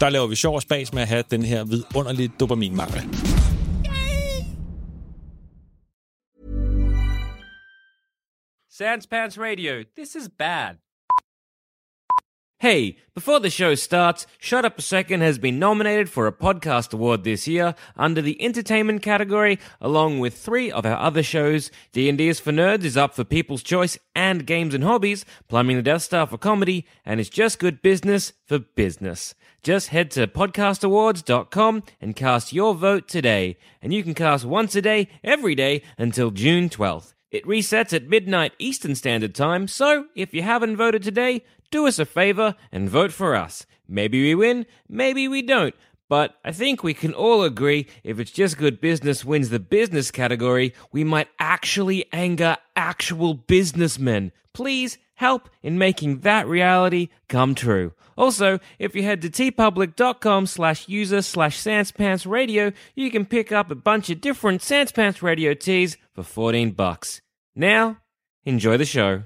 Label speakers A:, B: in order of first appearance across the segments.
A: Der laver vi sjov og spas med at have den her vidunderlige dopaminmangel.
B: Sans Pants Radio, this is bad. Hey, before the show starts, Shut Up a Second has been nominated for a podcast award this year under the entertainment category, along with three of our other shows. D&D is for Nerds is up for People's Choice and Games and Hobbies, Plumbing the Death Star for comedy, and It's Just Good Business for business. Just head to podcastawards.com and cast your vote today, and you can cast once a day, every day, until June 12th. It resets at midnight Eastern Standard Time, so if you haven't voted today, do us a favor and vote for us. Maybe we win, maybe we don't. But I think we can all agree if it's just good business wins the business category, we might actually anger actual businessmen. Please help in making that reality come true. Also, if you head to tpublic.com slash user slash Sanspants Radio, you can pick up a bunch of different Sanspants Radio tees for 14 bucks. Now, enjoy the show.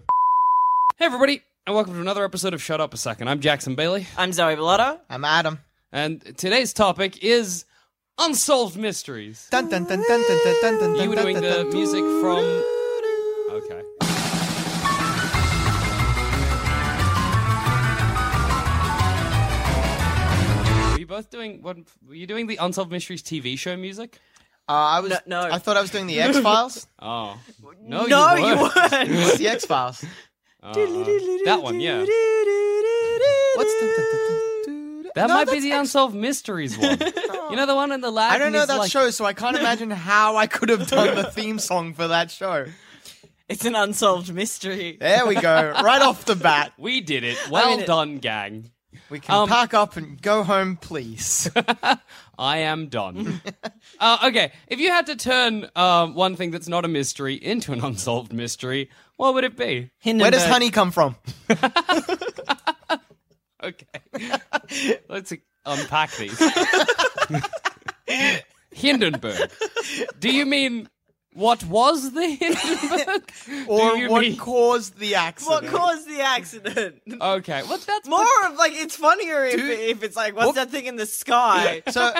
C: Hey, everybody, and welcome to another episode of Shut Up a Second. I'm Jackson Bailey,
D: I'm Zoe Valletta.
E: I'm Adam.
C: and today's topic is unsolved mysteries.
E: Dun, dun, dun, dun, dun, dun, dun, dun,
C: You were doing the music from. Okay. Were you both doing what? Were you doing the unsolved mysteries TV show music?
F: Uh, I was.
D: No, no.
F: I thought I was doing the X Files.
C: Oh no,
D: No,
C: you
D: you
C: weren't.
D: weren't.
F: It's the X Files.
C: Uh, that one, yeah.
F: What's the?
C: That might be the unsolved mysteries one. You know the one in the lab.
F: I don't
C: and
F: know
C: he's
F: that
C: like-
F: show, so I can't imagine how I could have done the theme song for that show.
D: It's an unsolved mystery.
F: There we go. Right off the bat,
C: We did it. Well
D: it-
C: done, gang.
F: we can
C: Um,
F: pack up and go home, please.
C: I am done. uh, okay, if you had to turn um, one thing that's not a mystery into an unsolved mystery, what would it be?
F: Where does
C: uh,
D: Hindenburg.
F: honey come from?
C: Okay, let's Uh, unpack these. Hindenburg. Do you mean what was the Hindenburg?
F: Or
C: Do you
F: what
C: mean-
F: caused the
D: What
F: accident?
D: caused the accident?
C: okay, well that's
D: More of like it's funnier if, if it's like what's that thing in the sky?
F: so,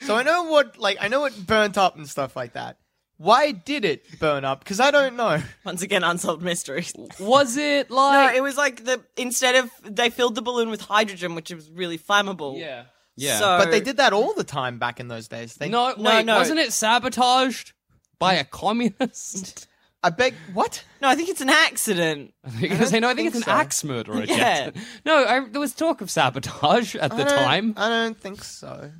F: so I know what like I know it burnt up and stuff like that. Why did it burn up? Because I don't know.
D: Once again, unsolved mysteries.
C: Was it
D: No,
C: like?
D: it was like the instead of they filled the balloon with hydrogen, which was really flammable.
C: yeah. Yeah.
D: So,
F: But they did that all the time back in those days. They,
C: no,
D: No,
C: wait,
D: no.
C: wasn't it sabotaged by a communist?
F: I beg what?
D: No, I think it's an accident.
C: Because I know, I think, it's an
F: think so.
C: axe murderer.
D: Yeah.
C: Jackson. No, I, there was talk of sabotage at the
F: I don't-
C: time.
F: I don't think so.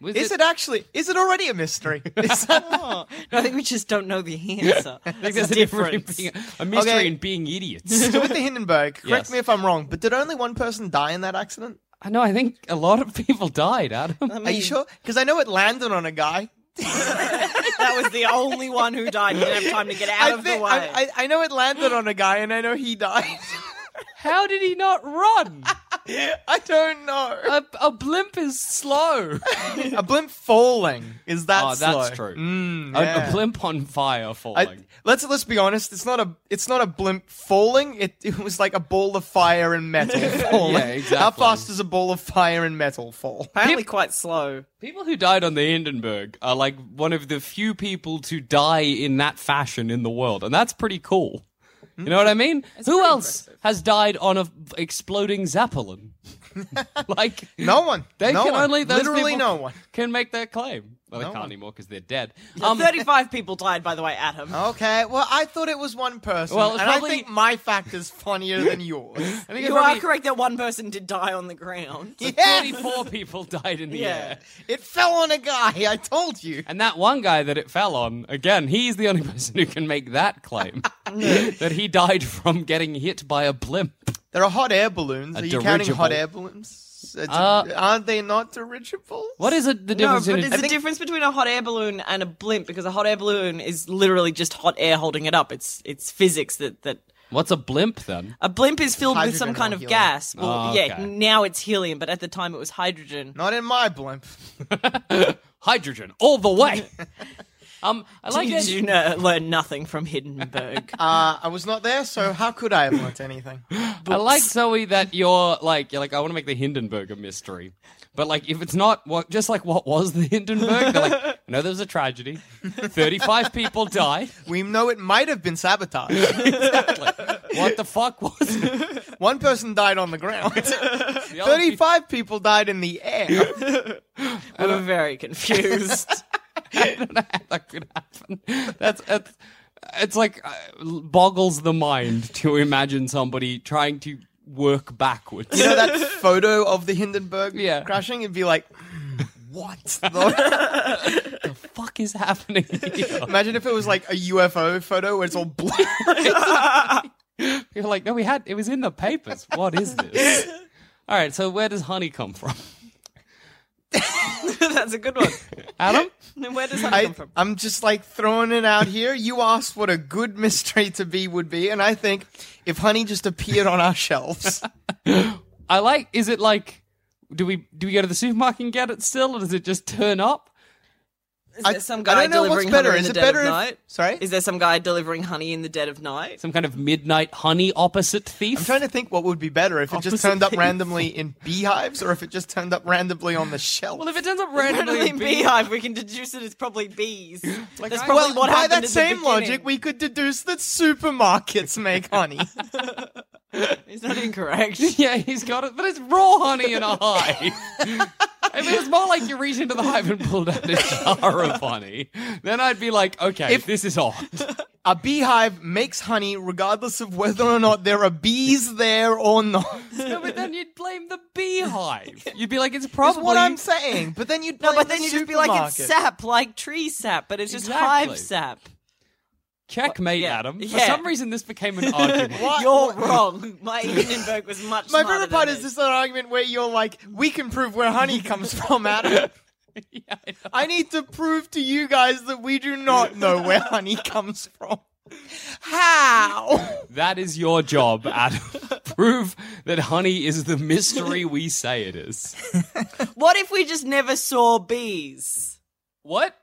C: Was
F: Is it actually? Is it already a mystery? Is that-
D: Oh, no, I think we just don't know the answer. I
C: I think there's a difference. Being, a mystery
F: Okay.
C: and being idiots.
F: so with the Hindenburg, correct
C: Yes.
F: me if I'm wrong, but did only one person die in that accident?
C: I know. I think a lot of people died, Adam.
F: Are you sure? Because I know it landed on a guy.
D: that was the only one who died. He didn't have time to get out
F: I,
D: of
F: thi-
D: the way.
F: I, I, I know it landed on a guy, and I know he died.
C: How did he not run?
F: I don't know.
C: A, a blimp is slow.
F: a blimp falling is that
C: Oh, that's
F: slow.
C: true.
F: Mm,
C: A- A,
F: yeah.
C: blimp on fire
F: I-
C: falling.
F: let's let's be honest. It's not a it's not a blimp falling. It it was like a ball of fire and metal falling.
C: Yeah, exactly.
F: How fast does a ball of fire and metal fall?
D: Apparently, quite slow.
C: people who died on the Hindenburg are like one of the few people to die in that fashion in the world, and that's pretty cool. You know what I mean? Who else has died on a f- exploding zeppelin? like
F: No one.
C: They
F: No
C: can
F: one.
C: only those
F: Literally
C: people
F: no one.
C: can make that claim. Well, they
F: No
C: can't
F: one.
C: anymore because they're dead. Uh,
D: Um, 35 people died, by the way, at him.
F: Okay, well, I thought it was one person,
C: Well,
F: well,
C: it's
F: and
C: probably-
F: I think my fact is funnier than yours.
C: I think it's
D: you
C: probably
D: are correct that one person did die on the ground.
F: yes!
C: 34 people died in the
D: Yeah.
C: air.
F: It fell on a guy. I told you.
C: And that one guy that it fell on, again, he's the only person who can make that claim that he died from getting hit by a blimp.
F: There are hot air balloons.
C: A
F: are you counting
C: dirigible.
F: hot air balloons? It's-
C: Uh,
F: aren't they not dirigibles?
C: What is it, the
D: No,
C: difference
D: but
C: in
D: it's the difference between a hot air balloon and a blimp because a hot air balloon is literally just hot air holding it up. It's it's physics that that
C: What's a blimp then?
D: a blimp is filled with
F: Hydrogen
D: some kind
F: or
D: of
F: helium.
D: gas. Well,
C: Oh,
D: yeah,
C: okay.
D: now it's helium, but at the time it was hydrogen.
F: Not in my blimp.
C: Hydrogen, all the way. um, I like
D: Did
C: it.
D: you know, learn nothing from Hindenburg?
F: Uh, I was not there, so how could I have learnt anything?
C: I like Zoe that you're like you're like I want to make the Hindenburg a mystery, but like if it's not what just like what was the Hindenburg? They're like no, there was a tragedy. Thirty five people died.
F: We know it might have been sabotage.
C: What the fuck was it?
F: One person died on the ground.
C: The other people-
F: Thirty-five people died in the air.
D: we were very confused.
C: that could happen. That's, that's it's like uh, boggles the mind to imagine somebody trying to work backwards.
F: You know that photo of the Hindenburg
C: Yeah.
F: crashing? It'd be like, "Hmm, what?
C: fuck is happening? here?
F: Imagine if it was like a UFO photo where it's all black.
C: You're like, no, we had it was in the papers. What is this? All right, so where does honey come from,
D: That's a good one.
C: Adam?
D: Then where does that
F: I,
D: come from?
F: I'm just like throwing it out here. You asked what a good mystery to be would be, and I think if honey just appeared on our shelves,
C: I like. Is it like? Do we do we go to the supermarket and get it still, or does it just turn up?
D: Is
F: I-
D: there some
F: I
D: guy
F: don't know
D: delivering
F: what's better.
D: honey in
F: Is
D: the
F: it
D: dead
F: better
D: of
F: if-
D: night?
F: sorry?
D: Is there some guy delivering honey in the dead of night?
C: Some kind of midnight honey opposite thief.
F: I'm trying to think what would be better if it just
C: Opposite
F: turned up
C: thing.
F: randomly in beehives or if it just turned up randomly on the shelf.
C: Well, if it turns up
D: Randomly
C: randomly,
D: in
C: being-
D: beehive, we can deduce that it's probably bees. That's
C: I-
D: probably
F: Well,
D: what
F: by
D: happened at
F: that
D: the
F: same logic,
D: beginning.
F: we could deduce that supermarkets make honey.
D: It's not incorrect.
C: Yeah, he's got it, but it's raw honey in a hive. I mean, it's more like you reach into the hive and pull out a jar of honey. Then I'd be like, okay, if this is odd.
F: a beehive makes honey regardless of whether or not there are bees there or not.
C: No, but then you'd blame the beehive. You'd be like, it's
F: That's
C: probably
F: what I'm saying. But then you'd
D: No,
F: blame
D: but then
F: the
D: you just be like, it's
F: supermarket.
D: sap, like tree sap, but it's just
C: Exactly.
D: hive sap.
C: Checkmate,
D: Yeah.
C: Adam. For
D: Yeah.
C: some reason, this became an argument.
F: What-
D: You're
F: what-
D: wrong. My Hindenburg was much.
F: My
D: smarter
F: favorite part
D: than
F: is this little argument where you're like, we can prove where honey comes from, Adam.
C: Yeah, I know.
F: I need to prove to you guys that we do not know where honey comes from. How?
C: that is your job, Adam. Prove that honey is the mystery we say it is.
D: What if we just never saw bees?
C: What?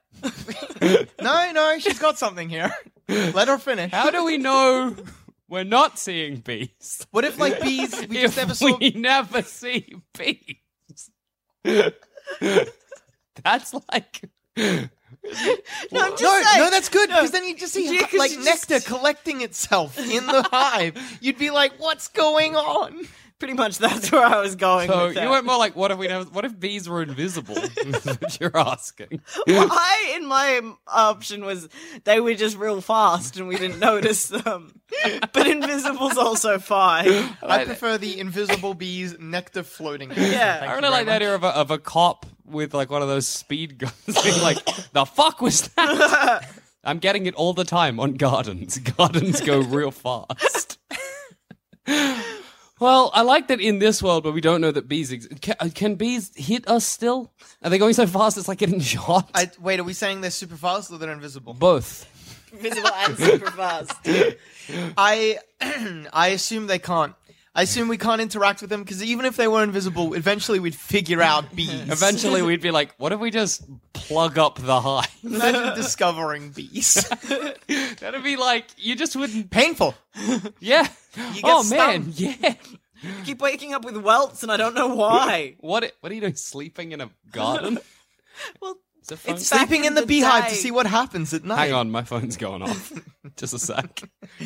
F: No, no, she's got something here. Let her finish.
C: How do we know we're not seeing bees?
F: What if, like, bees, we
C: if
F: just never saw.
C: we never see bees. That's like
D: No, I'm just
F: No,
D: saying.
F: no, that's good because then you just see
D: Yeah, 'cause
F: like
D: you just-
F: nectar collecting itself in the hive. You'd be like, "What's going on?"
D: pretty much that's where I was going.
C: so.
D: with that.
C: You weren't more like what if we never? What if bees were invisible? That's what you're asking.
D: Well, I, in my um, option, was they were just real fast and we didn't notice them. But invisible's also fine.
F: I prefer the invisible bees nectar floating.
D: Yeah.
F: Thank
C: I
F: you
C: really like
F: very
C: that idea of a, of a cop with like one of those speed guns, being like, "The fuck was that?" I'm getting it all the time on gardens. Gardens go real fast. well, I like that in this world where we don't know that bees exist. Can, can bees hit us still? Are they going so fast it's like getting shot?
F: I, wait, are we saying they're super fast or they're invisible?
C: Both.
D: Invisible and super fast.
F: I I assume they can't. I assume we can't interact with them because even if they were invisible, eventually we'd figure out bees.
C: Eventually, we'd be like, what if we just plug up the hive?
F: Imagine discovering bees.
C: That'd be like, you just wouldn't.
F: Painful.
C: Yeah.
D: get
C: oh, man. Yeah.
D: Keep waking up with welts and I don't know why.
C: What, i- what are you doing? Sleeping in a garden?
D: Well,
C: Is it phone-
D: It's back
F: Sleeping in
D: in
F: the,
D: the
F: beehive to
D: day.
F: see what happens at night.
C: Hang on, my phone's going off. just a sec.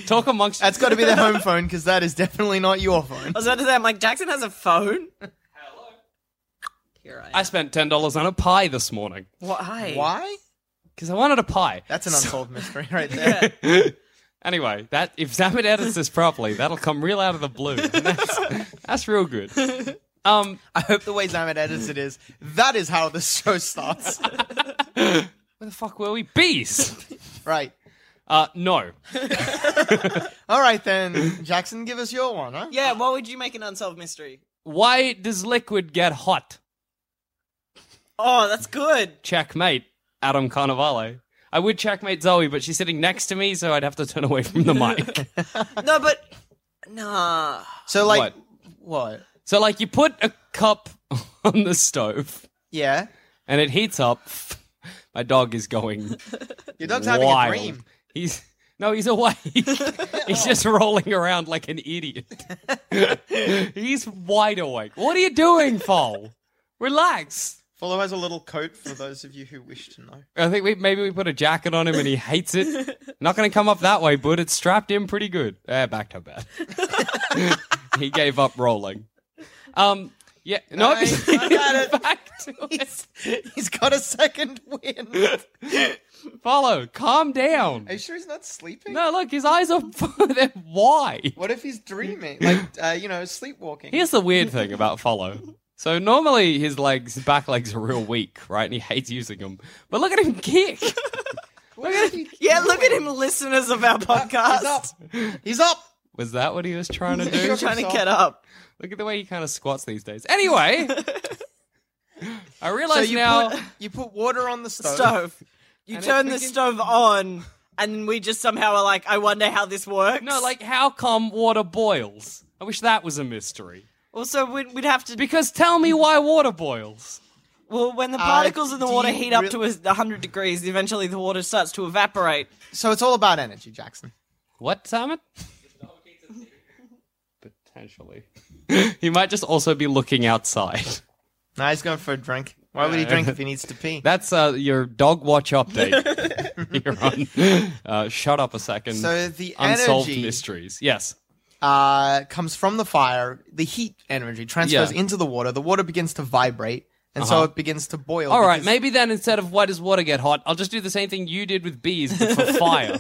C: Talk amongst
F: That's got to be their home phone because that is definitely not your phone.
D: I was about to say, I'm like, Jackson has a phone? Here I am.
C: I spent ten dollars on a pie this morning
D: Why?
F: Why?
C: because I wanted a pie.
F: That's an unsolved mystery right there.
C: Anyway, that if Zamet edits this properly, that'll come real out of the blue. And that's, that's real good. Um,
F: I hope the way Zamet edits it is that is how the show starts.
C: where the fuck were we? Bees.
F: right.
C: Uh, no.
F: All right then, Jackson, give us your one, huh?
D: Yeah, what would you make an unsolved mystery?
C: Why does liquid get hot?
D: Oh, that's good.
C: Checkmate, Adam Carnivale. I would checkmate Zoe, but she's sitting next to me, so I'd have to turn away from the mic.
D: No, but nah.
F: So like, what?
C: so, like, you put a cup on the stove
F: Yeah.
C: and it heats up. My dog is going
F: Your dog's having
C: wild.
F: a dream.
C: He's no, he's awake. he's just rolling around like an idiot. he's wide awake. What are you doing, Fol? Relax.
F: Follow has a little coat for those of you who wish to know.
C: I think we maybe we put a jacket on him and he hates it. Not going to come up that way, but it's strapped in pretty good. Eh, back to bed. he gave up rolling. Um, yeah, no,
F: Nice.
C: back to it.
F: He's got a second win. Are
C: Follow, calm down.
F: you sure he's not sleeping?
C: No, look, his eyes are they're wide.
F: What if he's dreaming? Like, uh, you know, sleepwalking.
C: Here's the weird thing about follow. So normally his legs, back legs, are real weak, right? And he hates using them. But look at him kick.
F: What is he Uh,
D: Yeah, look at him, listeners of our podcast.
F: He's up. He's up.
C: Was that what he was trying to
D: You're
C: do?
D: trying to get up.
C: Look at the way he kind of squats these days. Anyway, I
F: So
C: realize
F: you
C: now.
F: put you put water on the stove.
D: Stove. You
C: And if
D: turn the
C: we can-
D: stove on, and we just somehow are like, I wonder how this works.
C: No, like how come water boils? I wish that was a mystery.
D: also we'd, we'd have to.
C: Because tell me why water boils.
D: Well, when the particles in the
F: do
D: water
F: you
D: heat up
F: real-
D: to a hundred degrees, eventually the water starts to evaporate.
F: So it's all about energy, Jackson.
C: What, Simon? Potentially. he might just also be looking outside.
F: Nah, he's going for a drink. Why would he drink if he needs to pee?
C: That's uh, your dog watch update. You're on. Uh, shut up a second.
F: So the
C: Unsolved
F: energy-
C: mysteries. Yes.
F: uh, comes from the fire. The heat energy transfers
C: Yeah.
F: into the water. The water begins to vibrate, and so
D: Uh-huh.
F: it begins to boil.
C: All right.
F: because-
C: Maybe then instead of why does water get hot, I'll just do the same thing you did with bees but for fire.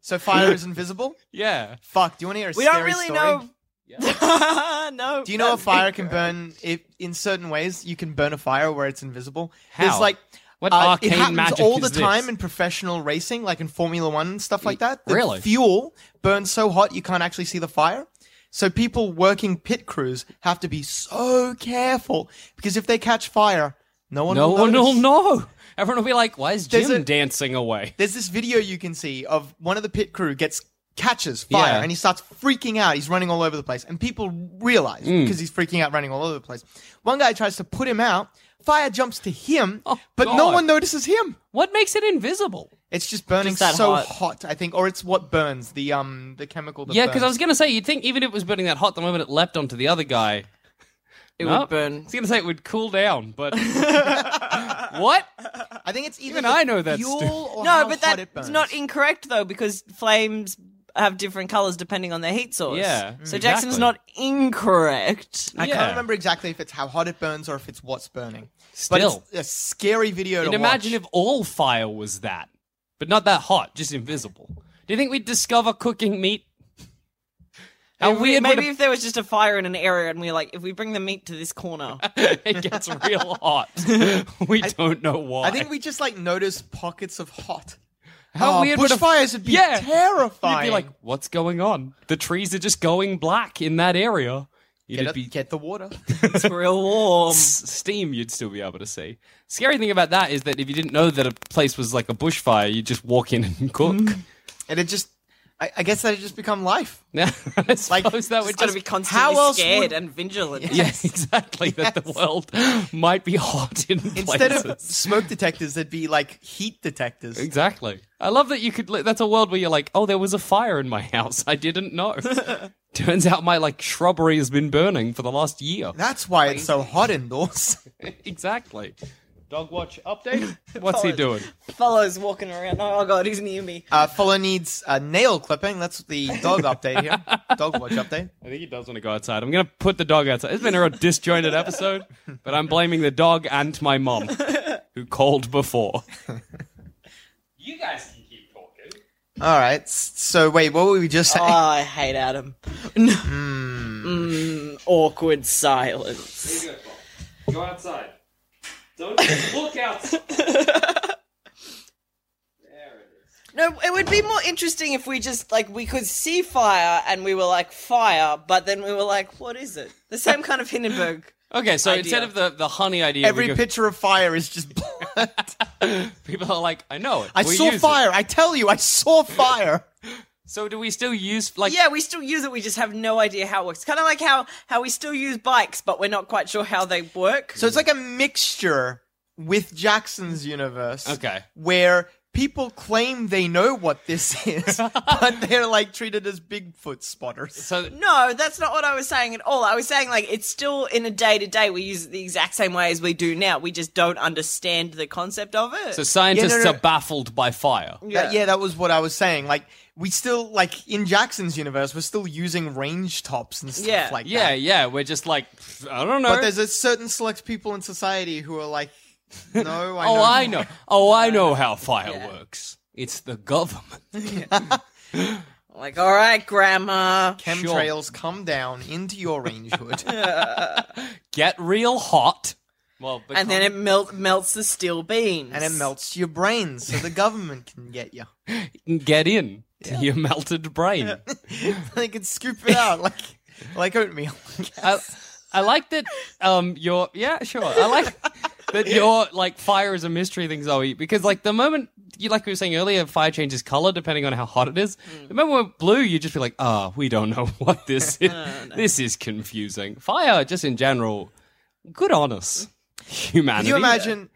F: So fire is invisible.
C: yeah.
F: Fuck. Do you want to hear a
D: We
F: scary
D: don't really
F: story?
D: know. no.
F: Do you know a
D: that's
F: fire
D: incorrect.
F: can burn? If in certain ways, you can burn a fire where it's invisible.
C: How?
F: There's like
C: What
F: uh,
C: arcane
F: it happens
C: magic
F: all
C: is
F: the
C: this?
F: time in professional racing, like in Formula One and stuff like that. The
C: really?
F: fuel burns so hot you can't actually see the fire. So people working pit crews have to be so careful because if they catch fire, no one
C: No
F: will
C: one
F: notice.
C: will know. Everyone will be like, why is
F: There's
C: Jim
F: a-
C: dancing away?
F: There's this video you can see of one of the pit crew gets catches fire
C: Yeah.
F: and he starts freaking out. He's running all over the place, and people realize
C: Mm.
F: because he's freaking out, running all over the place. One guy tries to put him out. Fire jumps to him,
C: Oh,
F: but no
C: God.
F: one notices him.
C: What makes it invisible?
F: It's just burning
D: Just that
F: so
D: hot.
F: hot. I think, or it's what burns the um the chemical. That
C: Yeah,
F: burns.
C: because I was going to say, you'd think even if it was burning that hot, the moment it leapt onto the other guy,
D: It
C: No.
D: would burn.
C: I was going to say it would cool down, but. what?
F: I think it's either
C: Even
F: the
C: I know that's
F: fuel
C: stupid.
F: or how
D: No, but
F: hot it burns.
D: that's not incorrect though, because flames have different colors depending on their heat source.
C: Yeah, mm,
D: So
C: exactly.
D: Jackson's not incorrect.
F: I
C: Yeah.
F: can't remember exactly if it's how hot it burns or if it's what's burning.
C: Still.
F: but it's a scary video
C: And
F: to
C: imagine
F: watch.
C: if all fire was that, but not that hot, just invisible. Do you think we'd discover cooking meat? How
D: Maybe-
C: weird
D: Maybe
C: would
D: if there was just a fire in an area and we are like, if we bring the meat to this corner.
C: it, it gets real hot. we don't know why.
F: I think we just like notice pockets of hot.
C: How
F: Oh,
C: weird would a-
F: bushfires would be
C: Yeah.
F: terrifying.
C: You'd be like, what's going on? The trees are just going black in that area. You'd
F: get, it-
C: be
F: get the water.
D: it's real warm.
C: s- steam you'd still be able to see. Scary thing about that is that if you didn't know that a place was like a bushfire, you'd just walk in and cook.
D: Mm.
F: and it just, I, I guess that it just become life.
C: Yeah, I suppose that would
D: It's got to
C: just
D: be constantly
F: how else
D: scared
F: would-
D: and vigilant.
C: Yeah, exactly. That the world might be hot in
F: Instead
C: places.
F: of smoke detectors, there'd be like heat detectors.
C: exactly. I love that you could. li- That's a world where you're like, oh, there was a fire in my house. I didn't know. Turns out my like shrubbery has been burning for the last year.
F: That's why it's so hot indoors.
C: exactly.
B: Dog watch update.
C: What's he doing?
D: Fellow's walking around. Oh god, he's near me.
F: Uh, Fuller needs a nail clipping. That's the dog update here. Dog watch update.
C: I think he does want to go outside. I'm going to put the dog outside. It's been a real disjointed episode, but I'm blaming the dog and my mom, who called before. you guys can keep talking.
F: All right. s- So wait, what were we just
D: Oh,
F: saying?
D: I hate Adam. Mm, awkward silence.
C: Go outside. Don't look outside.
D: No, it would be more interesting if we just like we could see fire and we were like fire, but then we were like, what is it? The same kind of Hindenburg.
C: Okay, so
D: Idea.
C: instead of the, the honey idea,
F: Every
C: we go,
F: picture of fire is just. blood.
C: people are like, I know it.
F: I
C: We
F: saw
C: use it."
F: fire. I tell you, I saw fire.
C: So do we still use like?
D: yeah, we still use it. We just have no idea how it works. Kind of like how how we still use bikes, but we're not quite sure how they work.
F: So it's like a mixture with Jackson's universe.
C: Okay.
F: Where people claim they know what this is, but they're like treated as Bigfoot spotters.
C: So
D: no, that's not what I was saying at all. I was saying like it's still in a day to day. We use it the exact same way as we do now. We just don't understand the concept of it.
C: so scientists
F: Yeah, no, no, no.
C: are baffled by fire.
F: That- Yeah. that was what I was saying. Like we still like in Jackson's universe, we're still using range tops and stuff
D: Yeah.
F: like
C: Yeah,
F: that.
C: yeah. We're just like, "Pff, I don't know.
F: But there's a certain select people in society who are like, no, I
C: oh,
F: know.
C: I know. Oh, I know how fire works. It's the government.
D: like, all right, Grandma.
F: Chemtrails come down into your range hood.
C: Get real hot. Well,
D: And then it melt, melts the steel beams.
F: and it melts your brain so the government can get you.
C: it get in to your melted brain.
F: they can scoop it out like like oatmeal.
C: I, I like that. Um, your yeah, sure. I like that your like fire is a mystery thing, Zoe, because like the moment you like we were saying earlier, fire changes color depending on how hot it is.
F: Mm.
C: The moment we're blue, you just be like, ah, we don't know what this is. This is confusing. Fire, just in general, good on us,
F: Can
C: humanity.
F: you imagine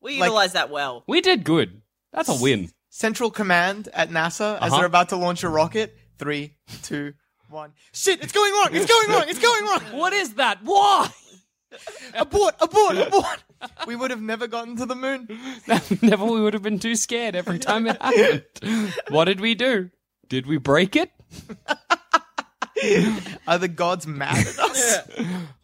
D: we
F: like-
D: utilize that well.
C: We did good. That's a win.
F: Central Command at NASA as
C: Uh-huh.
F: they're about to launch a rocket? Three, two, one. Shit! It's going wrong! It's going wrong! It's going wrong!
C: What is that? Why?
F: abort! Abort! Abort! We would have never gotten to the moon.
C: Never we would have been too scared every time it happened. What did we do? Did we break it?
F: Are the gods mad at us?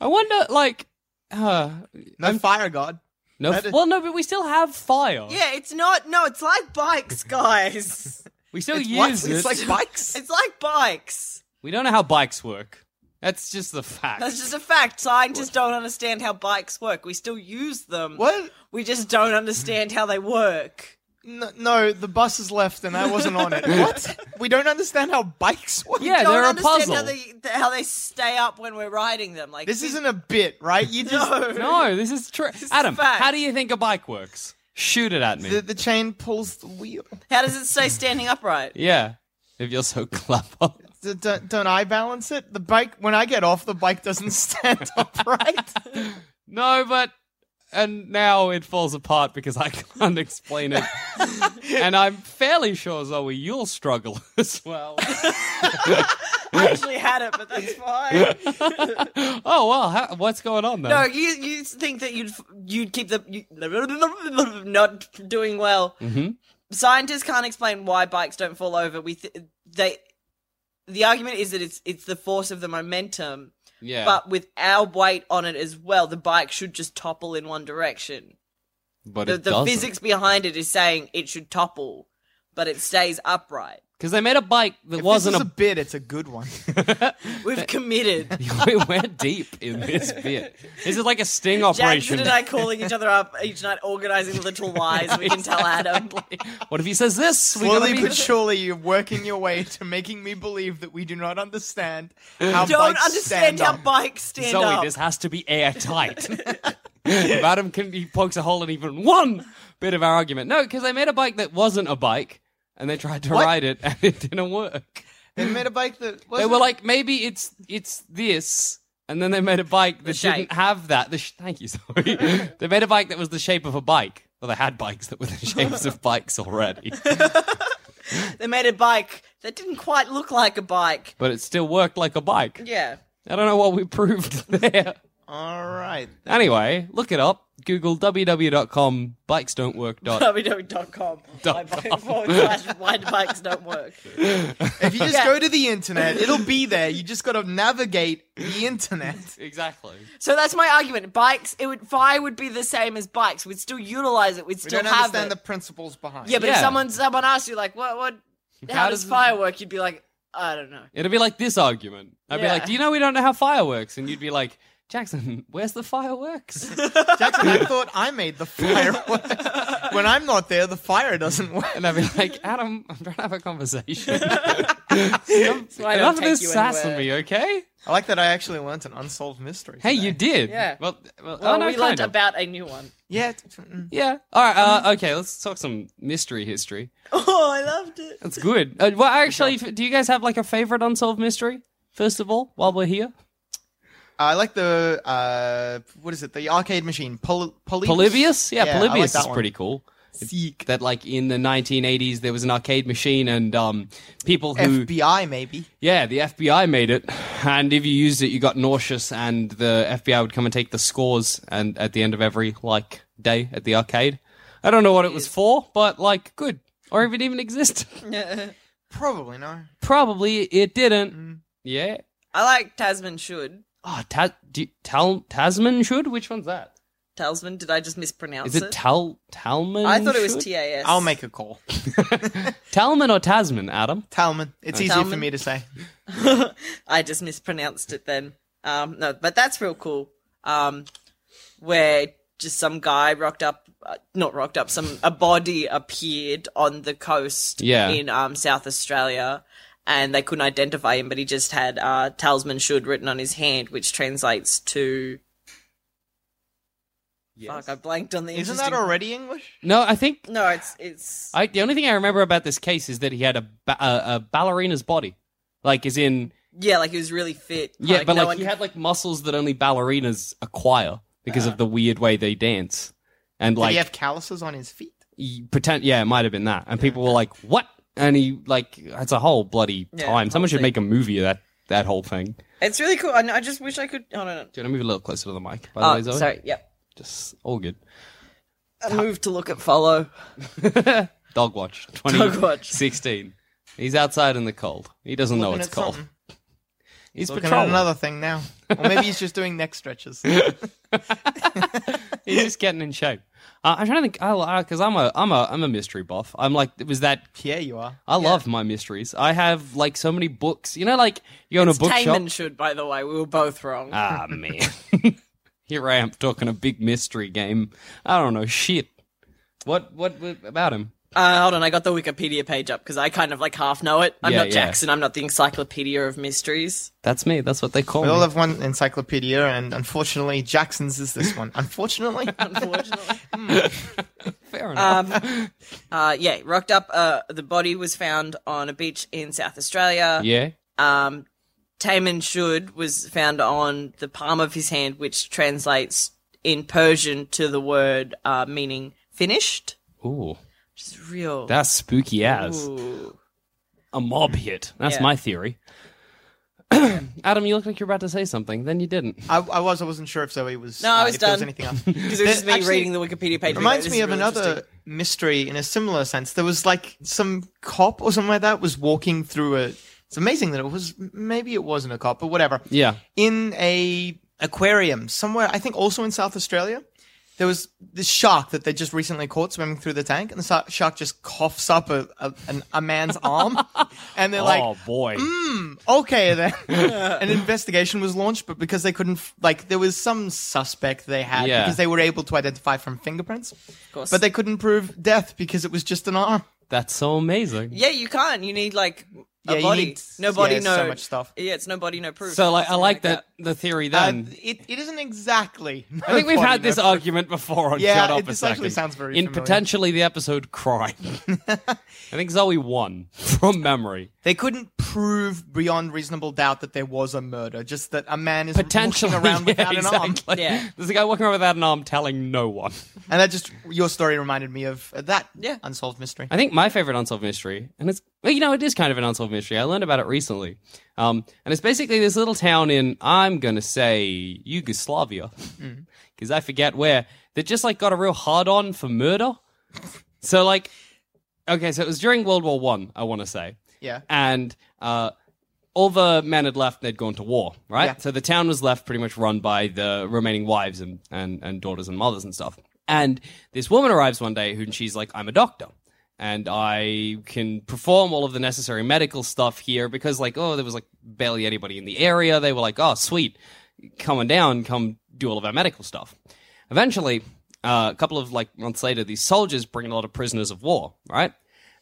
C: I wonder, like, uh,
F: No fire god.
C: no,
F: That is-
C: well, no, but we still have fire.
D: Yeah, it's not. No, it's like bikes, guys.
C: we still
F: What?
C: use it.
F: It's like bikes.
D: it's like bikes.
C: we don't know how bikes work. That's just the fact.
D: That's just a fact. Scientists don't understand how bikes work. We still use them.
F: What?
D: We just don't understand how they work.
F: No, no, the bus is left and I wasn't on it. What? We don't understand how bikes work.
C: yeah,
D: don't
C: they're a
D: understand
C: puzzle.
D: How they, th- how they stay up when we're riding them. Like
F: This isn't a bit, right? You just
C: no, this is true. Adam,
D: fact.
C: how do you think a bike works? Shoot it at me.
F: the, the chain pulls the wheel.
D: How does it stay standing upright?
C: yeah, if you're so clever.
F: D- d- don't I balance it? The bike when I get off, the bike doesn't stand upright.
C: No, but and now it falls apart because I can't explain it. and I'm fairly sure, Zoe, you'll struggle as well.
D: I actually had it, but that's fine.
C: oh well, how, what's going on then?
D: No, you you think that you'd you'd keep the you, not doing well. Mm-hmm. Scientists can't explain why bikes don't fall over. We th- they the argument is that it's it's the force of the momentum,
C: yeah,
D: but with our weight on it as well, the bike should just topple in one direction.
C: but
D: The,
C: it
D: the
C: doesn't.
D: physics behind it is saying it should topple, but it stays upright.
C: because they made a bike that
F: If
C: wasn't
F: this
C: a.
F: is a bit. It's a good one.
D: We've committed.
C: We're deep in this bit. This is like a sting
D: Jackson
C: operation.
D: and I calling each other up each night, organizing little lies we can tell Adam.
C: What if he says this? We gotta
F: Slowly
C: be-
F: but surely, you're working your way to making me believe that we do not understand how
D: don't
F: bikes
D: understand
F: stand
D: how
F: up.
D: bikes stand
C: Zoe,
D: up.
C: this has to be airtight. if Adam can, he pokes a hole in even one bit of our argument. No, because they made a bike that wasn't a bike, and they tried to
F: What?
C: ride it, and it didn't work.
F: They made a bike that
C: They
F: wasn't-
C: were like, maybe it's it's this, and then they made a bike that
D: shape.
C: didn't have that. The sh- thank you, sorry. they made a bike that was the shape of a bike. Well, they had bikes that were the shapes of bikes already,
D: They made a bike that didn't quite look like a bike.
C: but it still worked like a bike.
D: Yeah.
C: I don't know what we proved there.
F: All right.
C: Anyway, look it up. Google www.com bikesdon'twork.
D: www.com forward slash why bikes don't work.
F: If you just
D: Yeah.
F: go to the internet, it'll be there. You just got to navigate the internet.
C: exactly.
D: So that's my argument. Bikes, it would fire would be the same as bikes. We'd still utilize it. We'd
F: We
D: still
F: don't
D: have
F: understand
D: it.
F: the principles behind.
D: yeah, but if
C: Yeah.
D: someone someone asks you like, what what how,
C: How
D: does,
C: does-
D: fire work? You'd be like, I don't know.
C: It'd be like this argument. I'd be
D: Yeah.
C: like, "Do you know we don't know how fireworks?" And you'd be like, "Jackson, where's the fireworks?"
F: it. Jackson, I thought I made the fire work. when I'm not there, the fire doesn't work.
C: and I'd be like, "Adam, I'm trying to have a conversation.
D: So I don't
C: Enough of
D: take
C: this
D: you
C: sass on
D: anywhere.
C: me, okay?"
F: I like that I actually learnt an unsolved mystery.
C: Hey,
F: today.
C: you did.
D: Yeah.
C: Well, well,
D: Well,
C: oh, no,
D: we learned
C: kind of.
D: about a new one.
F: Yeah. t- mm.
C: Yeah. All right. Uh, okay. Let's talk some mystery history.
D: Oh, I loved it.
C: That's good. Uh, well, actually, f- do you guys have like a favorite unsolved mystery? First of all, while we're here,
F: I like the uh, what is it? The arcade machine. Pol- Polybius.
C: Polybius. Yeah,
F: I like
C: Polybius
F: that
C: is
F: one.
C: pretty cool. That like in the 1980s there was an arcade machine and um, people who
F: FBI maybe.
C: Yeah, the FBI made it, and if you used it, you got nauseous, and the FBI would come and take the scores, and at the end of every like day at the arcade. I don't know what it was for, but like good, or if it even existed.
F: Probably no.
C: Probably it didn't. Yeah.
D: I like Tasman should.
C: Oh, ta- do you, Tal Tasman should. Which one's that?
D: Tasman, did I just mispronounce
C: Is it Tal Talman?
D: I thought it was
C: should?
D: T A S.
F: I'll make a call.
C: Talman or Tasman, Adam.
F: Talman. It's easier for
D: Talman.
F: me to say.
D: I just mispronounced it then. Um, no, but that's real cool. Um, where just some guy rocked up, uh, not rocked up, some a body appeared on the coast
C: Yeah.
D: in um, South Australia, and they couldn't identify him, but he just had uh, "Talisman should" written on his hand, which translates to. Fuck, I blanked on the.
F: Isn't
D: interesting-
F: that already English?
C: No, I think
D: No, it's it's.
C: I, the only thing I remember about this case is that he had a, ba- a, a ballerina's body, like as in
D: Yeah, like he was really fit.
C: Yeah, but
D: no
C: like
D: one
C: he
D: could-
C: had like muscles that only ballerinas acquire because of the weird way they dance, and
F: Did
C: like
F: he have calluses on his feet?
C: he pretend. Yeah, it might have been that, and people were like, "What?" And he like it's a whole bloody
D: Yeah,
C: time. Someone
D: whole
C: should
D: thing.
C: make a movie of that that whole thing.
D: It's really cool. I, I just wish I could. I don't know.
C: Do you want to move a little closer to the mic? By the way,
D: Oh,
C: Zoe?
D: sorry. Yep.
C: just all good.
D: I moved to look at follow.
C: Dog watch. 20,
D: Dog watch.
C: Sixteen. He's outside in the cold. He doesn't know
F: Looking
C: it's
F: at
C: cold.
F: something.
C: He's
F: Looking
C: patrolling.
F: at another thing now. Or maybe he's just doing neck stretches.
C: He's just getting in shape. Uh, I'm trying to think. Because I'm a I'm a I'm a mystery buff. I'm like, was that
F: yeah, you are.
C: I love my mysteries. I have like so many books. You know, like you go in a bookshop.
D: Taman should, by the way. We were both wrong.
C: ah man, here I am talking a big mystery game. I don't know shit. What what, what about him?
D: Uh, hold on, I got the Wikipedia page up because I kind of like half know it. I'm
C: Yeah,
D: not
C: yeah.
D: Jackson. I'm not the encyclopedia of mysteries.
C: That's me. That's what they call
F: We
C: me.
F: all have one encyclopedia, and unfortunately, Jackson's is this one. Unfortunately, Hmm.
D: Unfortunately,
C: Fair enough.
D: uh, yeah, rocked up. Uh, the body was found on a beach in South Australia.
C: yeah.
D: Um, Taman Shud was found on the palm of his hand, which translates in Persian to the word uh, meaning finished.
C: Ooh,
D: Which is real.
C: that's spooky as
D: Ooh.
C: a mob hit. That's
D: Yeah.
C: my theory. Adam, you look like you're about to say something. Then you didn't.
F: I, I was. I wasn't sure if Zoe was.
D: No, I
F: uh,
D: was
F: if there was
D: done.
F: anything else.
D: Because it was just me
F: Actually,
D: reading the Wikipedia page.
F: It reminds
D: This
F: me
D: is
F: of
D: really interesting.
F: another mystery in a similar sense. There was like some cop or something like that was walking through a. It's amazing that it was. Maybe it wasn't a cop, but whatever.
C: Yeah.
F: In a aquarium somewhere, I think also in South Australia, there was this shark that they just recently caught swimming through the tank, and the sar- shark just coughs up a a, an, a man's arm, and they're like,
C: oh boy.
D: mm,
F: okay then an investigation was launched but because they couldn't f- like there was some suspect they had
C: Yeah.
F: because they were able to identify from fingerprints of
D: course.
F: but they couldn't prove death because it was just an arm
C: That's so amazing.
D: Yeah, you can't. You need like a
F: Yeah, you
D: body.
F: need-
D: no body,
F: yeah,
D: no
F: so much stuff.
D: Yeah, it's no body, no proof.
C: So like, I
D: Something
C: like that the theory then.
F: Uh, it, it isn't exactly
D: Uh,
C: I think we've
F: Funny
C: had this
F: enough.
C: argument before on
F: Yeah,
C: Shut Up
F: it-
C: a
F: this
C: Second.
F: actually sounds very
C: In
F: familiar.
C: potentially the episode Crime. I think Zoe won from memory.
F: they couldn't prove beyond reasonable doubt that there was a murder. Just that a man is
C: Potentially
F: walking around without
C: yeah,
F: an arm.
C: exactly.
D: Yeah.
C: There's a guy walking around without an arm telling no one.
F: And that just your story reminded me of that
D: Yeah.
F: unsolved mystery.
C: I think my favorite unsolved mystery, and it's well, you know it is kind of an unsolved mystery. I learned about it recently, um, and it's basically this little town in I'm gonna say Yugoslavia, because I forget where that just like got a real hard on for murder. so like, okay, so it was during World War One, I, want to say,
F: Yeah.
C: and uh, all the men had left and they'd gone to war, right?
F: Yeah.
C: So the town was left pretty much run by the remaining wives and, and, and daughters and mothers and stuff. And this woman arrives one day who and she's like, I'm a doctor. And I can perform all of the necessary medical stuff here because, like, oh, there was like barely anybody in the area. They were like, oh, sweet, come on down, come do all of our medical stuff. Eventually, uh, a couple of like months later, these soldiers bring a lot of prisoners of war, right?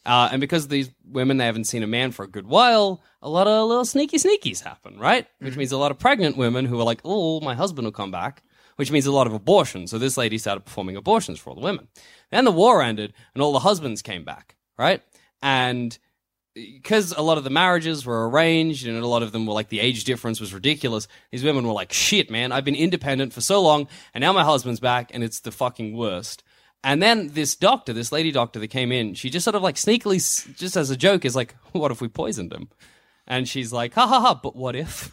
C: Uh, and because these women, they haven't seen a man for a good while, a lot of little sneaky sneakies happen, right? Which means a lot of pregnant women who are like, oh, my husband will come back, which means a lot of abortions. So this lady started performing abortions for all the women. Then the war ended and all the husbands came back, right? And because a lot of the marriages were arranged and a lot of them were like the age difference was ridiculous, these women were like, shit, man, I've been independent for so long and now my husband's back and it's the fucking worst. And then this doctor, this lady doctor that came in, she just sort of like sneakily, s- just as a joke, is like, what if we poisoned him? And she's like, ha ha ha, but what if?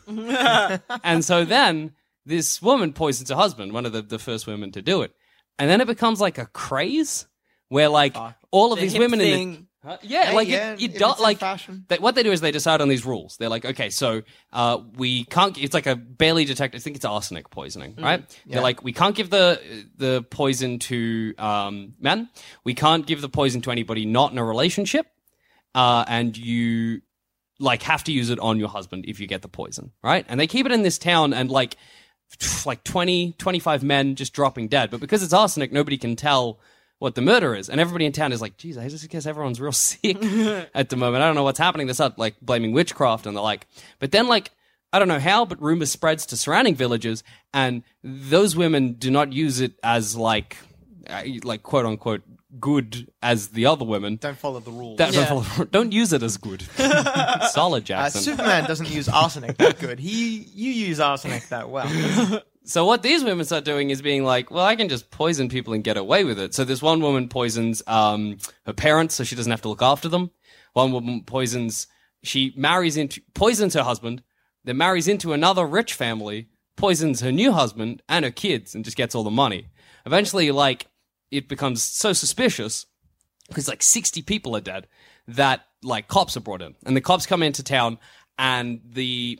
C: and so then this woman poisons her husband, one of the, the first women to do it. And then it becomes like a craze where like all of
D: The
C: these
D: hip
C: women in the,
D: thing.
C: Huh? Yeah, like
F: yeah,
C: you, you
F: if
C: don't
F: it's in
C: like
F: fashion.
C: They, what they do is they decide on these rules. They're like, okay, so uh, we can't. It's like a barely detected. I think it's arsenic poisoning,
F: Mm.
C: right? They're like, we can't give the the poison to um, men. We can't give the poison to anybody not in a relationship, uh, and you like have to use it on your husband if you get the poison, right? And they keep it in this town and like like 20, 25 men just dropping dead. But because it's arsenic, nobody can tell what the murder is. And everybody in town is like, geez, I just guess everyone's real sick at the moment. I don't know what's happening. They start like blaming witchcraft and the like. But then like, I don't know how, but rumor spreads to surrounding villages and those women do not use it as like, uh, like quote unquote good as the other women.
F: Don't follow the rules.
C: That- Don't, don't use it as good. Solid
F: uh,
C: Jackson.
F: Superman doesn't use arsenic that good. He you use arsenic that well.
C: So what these women start doing is being like, well, I can just poison people and get away with it. So this one woman poisons um, her parents so she doesn't have to look after them. One woman poisons she marries into poisons her husband, then marries into another rich family, poisons her new husband and her kids, and just gets all the money. Eventually, like it becomes so suspicious because like 60 people are dead that like cops are brought in and the cops come into town and the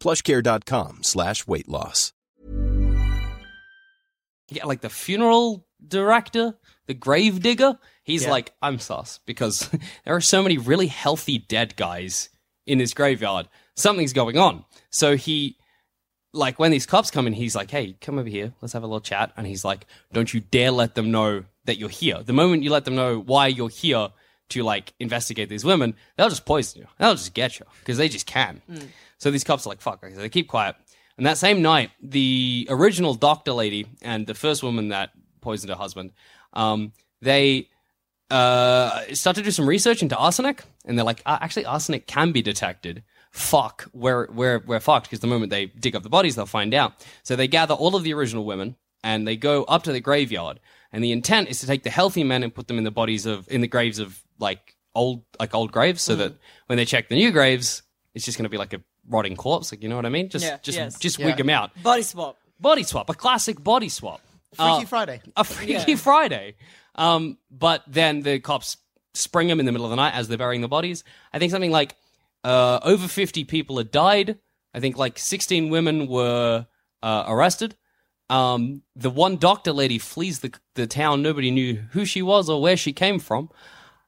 G: plushcare.com slash weight loss.
C: yeah, like the funeral director, the grave digger, he's like, I'm sus because there are so many really healthy dead guys in this graveyard. Something's going on. So he, like, when these cops come in, he's like, Hey, come over here. Let's have a little chat. And he's like, Don't you dare let them know that you're here. The moment you let them know why you're here, to like investigate these women, they'll just poison you. They'll just get you because they just can.
H: Mm.
C: So these cops are like, fuck, okay, so they keep quiet. And that same night, the original doctor lady and the first woman that poisoned her husband, um, they uh, start to do some research into arsenic. And they're like, "Ah, actually, arsenic can be detected. Fuck, we're, we're, we're fucked because the moment they dig up the bodies, they'll find out. So they gather all of the original women and they go up to the graveyard. And the intent is to take the healthy men and put them in the bodies of, in the graves of like old, like old graves
D: Mm.
C: so that when they check the new graves, it's just going to be like a rotting corpse. Like, you know what I mean? Just,
D: Yeah,
C: just,
D: yes.
C: just
D: Yeah.
C: wig them out.
D: Body swap.
C: Body swap, a classic body swap.
F: Freaky
D: Oh.
C: Uh,
F: Friday.
C: A Freaky
F: Yeah.
C: Friday. Um, but then the cops spring them in the middle of the night as they're burying the bodies. I think something like uh, over 50 people had died. I think like 16 women were uh, arrested. Um, the one doctor lady flees the, the town. Nobody knew who she was or where she came from.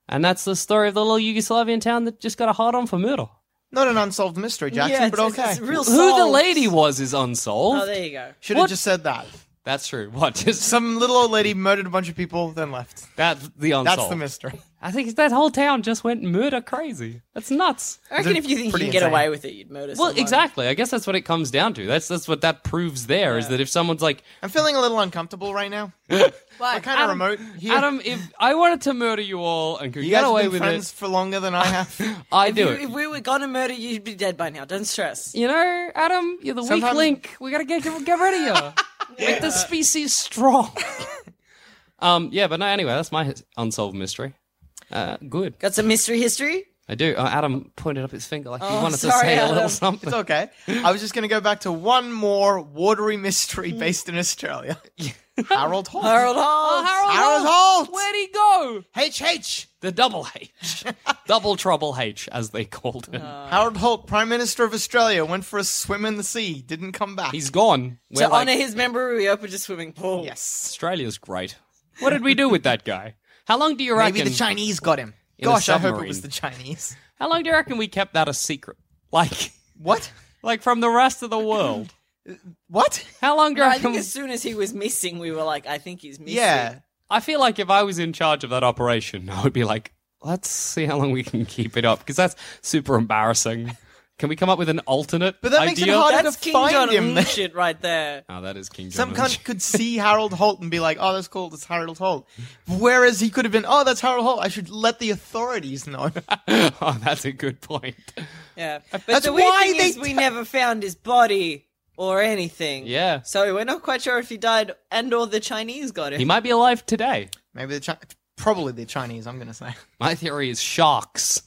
C: And that's the story of the little Yugoslavian town that just got a hard on for murder.
F: Not an unsolved mystery, Jackson,
D: Yeah,
F: but
D: it's- it's-
F: okay.
D: it's real
C: Who the
D: solved.
C: lady was is unsolved.
D: Oh, there you go.
F: Should
C: What?
F: have just said that.
C: That's true. What? Just
F: some little old lady murdered a bunch of people, then left.
C: That's the unsolved.
F: That's the mystery.
C: I think that whole town just went murder crazy. That's nuts.
D: I reckon if you think you can get away with it, you'd murder
C: Well,
D: someone.
C: exactly. I guess that's what it comes down to. That's that's what that proves There is that if someone's like,
F: I'm feeling a little uncomfortable right now. We're kind of
C: Adam-
F: remote. Here.
C: Adam, if I wanted to murder you all and could
F: you
C: get
F: guys have
C: away
F: been
C: with
F: friends
C: it,
F: for longer than I have.
C: I
D: if
C: do
D: you,
C: it.
D: If we were gonna murder you, you'd be dead by now. Don't stress.
C: You know, Adam, you're the
D: Sometimes-
C: weak link. We gotta get get rid of you. Make the species strong. um, yeah, but no. Anyway, that's my his- unsolved mystery. Uh, good.
D: Got some mystery history?
C: I do. Uh, Adam pointed up his finger like he
D: Oh,
C: wanted to
D: sorry,
C: say a little
D: Adam.
C: something.
F: It's okay. I was just going to go back to one more watery mystery based in Australia. Harold Holt. Oh,
D: Mm. Harold Holt.
C: Harold,
F: Harold Holt.
C: Where'd he go?
F: HH.
C: The double H. double trouble H, as they called him.
F: Harold Holt, Prime Minister of Australia, went for a swim in the sea, didn't come back.
C: He's gone.
D: To
C: We're like,
D: honor his memory, we opened a swimming pool. Yes.
C: Australia's great. What did we do with that guy? How long do you reckon?
F: Maybe the Chinese got him.
C: In a
F: Gosh, I hope it
C: submarine.
F: was the Chinese.
C: How long do you reckon we kept that a secret? Like
F: what?
C: Like from the rest of the world?
F: what?
C: How long do you
D: No, I
C: reckon?
D: think as soon as he was missing, we were like, I think he's missing.
C: I feel like if I was in charge of that operation, I would be like, let's see how long we can keep it up because that's super embarrassing. Can we come up with an alternate?
F: But that makes it
C: idea?
F: harder
D: That's
F: to
D: King
F: find
D: John
F: him.
D: Ong shit right there.
C: Oh, that is King
F: Some
C: John.
F: cunt could see Harold Holt and be like, oh, that's cool, that's Harold Holt. Whereas he could have been, oh, that's Harold Holt. I should let the authorities know.
C: oh, that's a good point.
D: Yeah. But
F: That's
D: the weird
F: why
D: thing
F: they
D: is we never found his body or anything.
C: Yeah.
D: So we're not quite sure if he died and or the Chinese got him.
C: He might be alive today.
F: Maybe the Chi- probably the Chinese, I'm going to say.
C: My theory is sharks.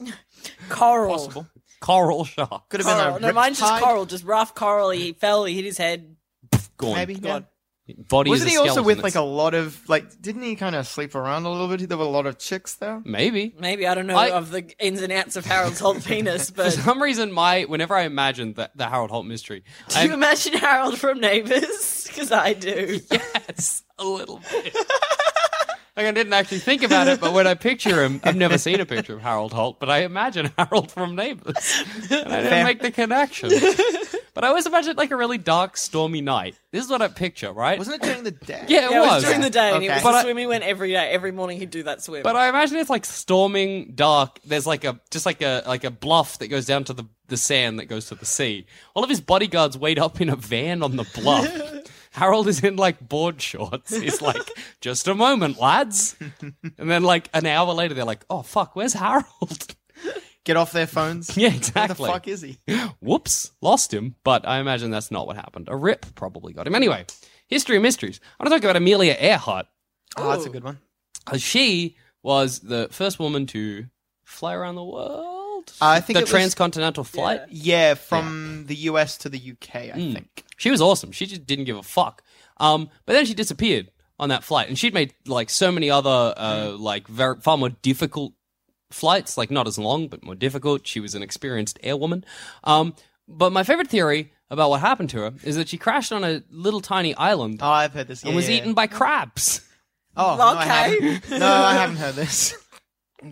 D: coral.
C: Possible. Coral shark.
F: Could have been
D: coral.
F: a
D: No, mine's
F: riptide.
D: just coral, just rough coral. He fell, he hit his head.
C: Gone.
F: Maybe. yeah.
C: Body is
F: Wasn't
C: a
F: he also
C: skeleton
F: with
C: that's-
F: like a lot of like? Didn't he kind of sleep around a little bit? There were a lot of chicks there.
C: Maybe.
D: Maybe I don't know
C: I-
D: of the ins and outs of Harold's whole penis,
C: For
D: but
C: some reason, my whenever I imagined the, the Harold Holt mystery,
D: do
C: I,
D: you imagine Harold from Neighbours? Because I do.
C: Yes, a little bit. like I didn't actually think about it, but when I picture him, I've never seen a picture of Harold Holt, but I imagine Harold from Neighbours, and I didn't
F: Fair.
C: make the connection. But I always imagined like a really dark, stormy night. This is what I picture, right?
F: Wasn't it during the day?
C: Yeah, it
D: Yeah,
C: was.
D: during the day, and he
F: Okay.
D: was
C: But I-
D: the swim he went every day. Every morning he'd do that swim.
C: But I imagine it's like storming, dark. There's like a just like a like a bluff that goes down to the the sand that goes to the sea. All of his bodyguards wait up in a van on the bluff. Harold is in like board shorts. He's like, just a moment, lads. And then like an hour later, they're like, oh fuck, where's Harold?
F: Get off their phones.
C: Yeah,
F: Where
C: exactly.
F: the fuck is he?
C: Whoops, lost him. But I imagine that's not what happened. A rip probably got him. Anyway, history of mysteries. I want to talk about Amelia Earhart.
F: Oh, that's a good one.
C: Uh, She was the first woman to fly around the world.
F: I think
C: the
F: it was-
C: transcontinental flight.
F: Yeah, from the US to the UK, I
C: Mm.
F: think.
C: She was awesome. She just didn't give a fuck. Um, but then she disappeared on that flight, and she'd made like so many other uh,
F: Hmm.
C: like ver far more difficult flights, like not as long but more difficult. She was an experienced airwoman. Um, but my favorite theory about what happened to her is that she crashed on a little tiny island
F: Oh, I've heard this.
C: and
F: Yeah,
C: was
F: yeah,
C: eaten by crabs.
F: Oh, no, I
D: Okay.
F: haven't. no, I haven't heard this.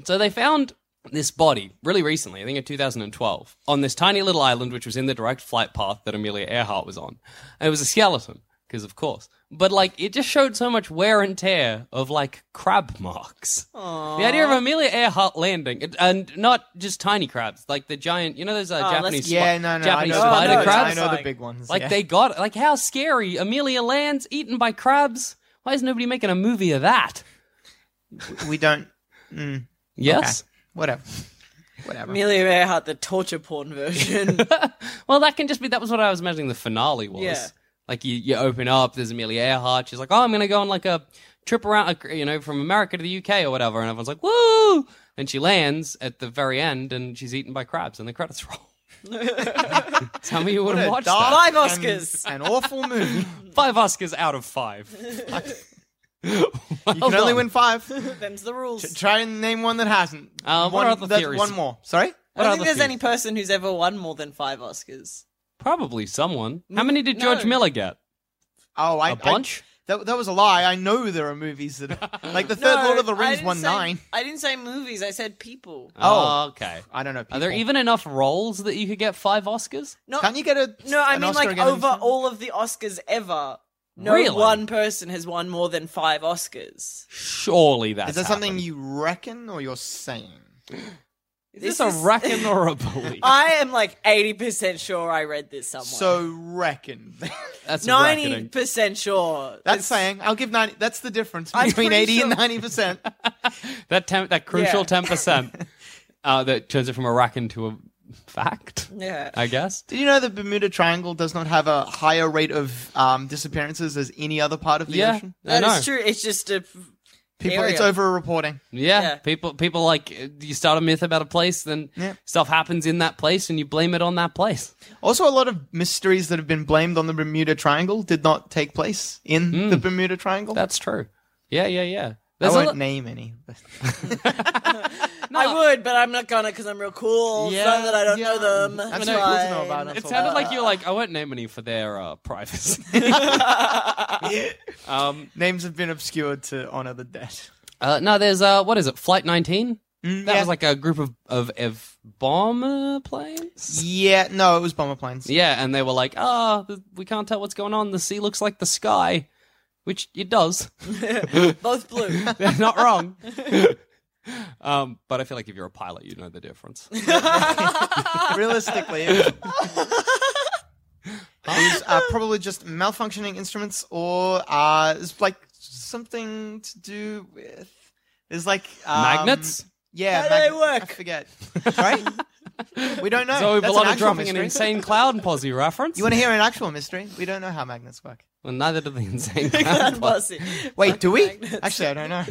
C: So they found this body really recently, I think in 2012, on this tiny little island which was in the direct flight path that Amelia Earhart was on. And it was a skeleton, because of course. but like it just showed so much wear and tear of like crab marks. The idea of Amelia Earhart landing, it- and not just tiny crabs, like the giant, you know, those uh,
F: Oh, let's-
C: Japanese, spi-
F: Yeah, no, no, I
C: Japanese
F: know the
C: spider
F: big ones.
C: crabs.
F: I know the big ones,
C: Like
F: yeah.
C: they got, like how scary Amelia lands eaten by crabs. Why is nobody making a movie of that?
F: We don't. Mm.
C: Yes.
F: Okay. Whatever. Whatever.
D: Amelia Earhart, the torture porn version.
C: Well, that can just be. That was what I was imagining the finale was.
D: Yeah.
C: Like you, you open up. There's Amelia Earhart. She's like, "Oh, I'm gonna go on like a trip around, uh, you know, from America to the UK or whatever." And everyone's like, "Woo!" And she lands at the very end, and she's eaten by crabs, and the credits roll. Tell me you would
F: What
C: have
F: a
C: watched
F: dark
C: that.
D: Five Oscars.
F: An awful movie.
C: Five Oscars out of five. Oh,
F: you can only win five.
D: Them's the rules.
F: T- Try and name one that hasn't.
C: Uh, what
F: one,
C: are the
F: that's
C: theories?
F: One more. Sorry.
D: I don't
C: What
D: think
C: other
D: there's
C: few-
D: any person who's ever won more than five Oscars. Mm,
C: Probably someone. How many did George
D: No.
C: Miller get?
F: Oh, I
C: A bunch.
F: I, that, that was a lie. I know there are movies that like the third
D: No,
F: Lord of the
D: I
F: Rings
D: didn't
F: won
D: say-
F: nine.
D: I didn't say movies. I said people.
F: Oh.
C: okay.
F: I don't know. People.
C: Are there even enough roles that you could get five Oscars?
D: No,
F: Can't you get a
D: no, I
F: an
D: mean
F: Oscar
D: like
F: again?
D: over all of the Oscars ever. No
C: Really?
D: one person has won more than five Oscars.
C: Surely that's
F: Is that something
C: happened.
F: you reckon or you're saying?
C: Is this
D: This
C: a
D: is-
C: reckon or a belief?
D: I am like eighty percent sure I read this somewhere.
F: So reckon.
C: That's
D: ninety
C: reckoning.
D: percent sure.
F: That's saying I'll give ninety. That's the difference
D: I'm
F: between
D: pretty
F: eighty and
D: sure-
F: ninety percent.
C: That tem- that crucial
D: Yeah.
C: ten percent uh, that turns it from a rack into a fact.
D: Yeah.
C: I guess.
F: Did you know the Bermuda Triangle does not have a higher rate of um, disappearances as any other part of the
C: yeah,
F: ocean?
C: I
D: That
C: know.
D: is true. It's just a
F: People,
D: Area.
F: it's over reporting.
C: Yeah.
D: Yeah.
C: people people like uh, you start a myth about a place, then
F: Yeah.
C: stuff happens in that place, and you blame it on that place.
F: Also, a lot of mysteries that have been blamed on the Bermuda Triangle did not take place in the Bermuda Triangle.
C: That's true. Yeah, yeah, yeah.
F: I
C: Hmm. There's a
F: won't
C: lot-
F: name any. but-
D: I would, but I'm not gonna because I'm real cool.
C: Yeah,
D: so that I don't
C: yeah.
D: know them.
F: That's
D: It's
F: cool to know
D: fine.
F: about us
C: It
F: all.
C: sounded like you're like I won't name any for their uh, privacy. um,
F: Names have been obscured to honor the dead.
C: uh, no, there's uh, what is it? Flight 19. that
F: yeah.
C: was like a group of of, of bomber planes.
F: Yeah, no, it was bomber planes.
C: Yeah, and they were like, "Ah, th we can't tell what's going on. The sea looks like the sky," which it does.
D: Both blue.
C: They're not wrong. um, but I feel like if you're a pilot, you know the difference.
F: Realistically, it was uh, probably just malfunctioning instruments or uh, it's like something to do with. There's like um,
C: Magnets.
F: Yeah,
D: How do they
F: magnet-
D: work?
F: I forget. Right? we don't know.
C: Zoe
F: That's an
C: Bellotta
F: actual
C: dropping an
F: mystery.
C: insane cloud posse reference.
F: You want to hear an actual mystery? We don't know how magnets work.
C: well, neither do the insane
D: God
C: cloud posse.
D: bless it.
F: Wait, do we?
D: Magnets.
F: Actually, I don't know.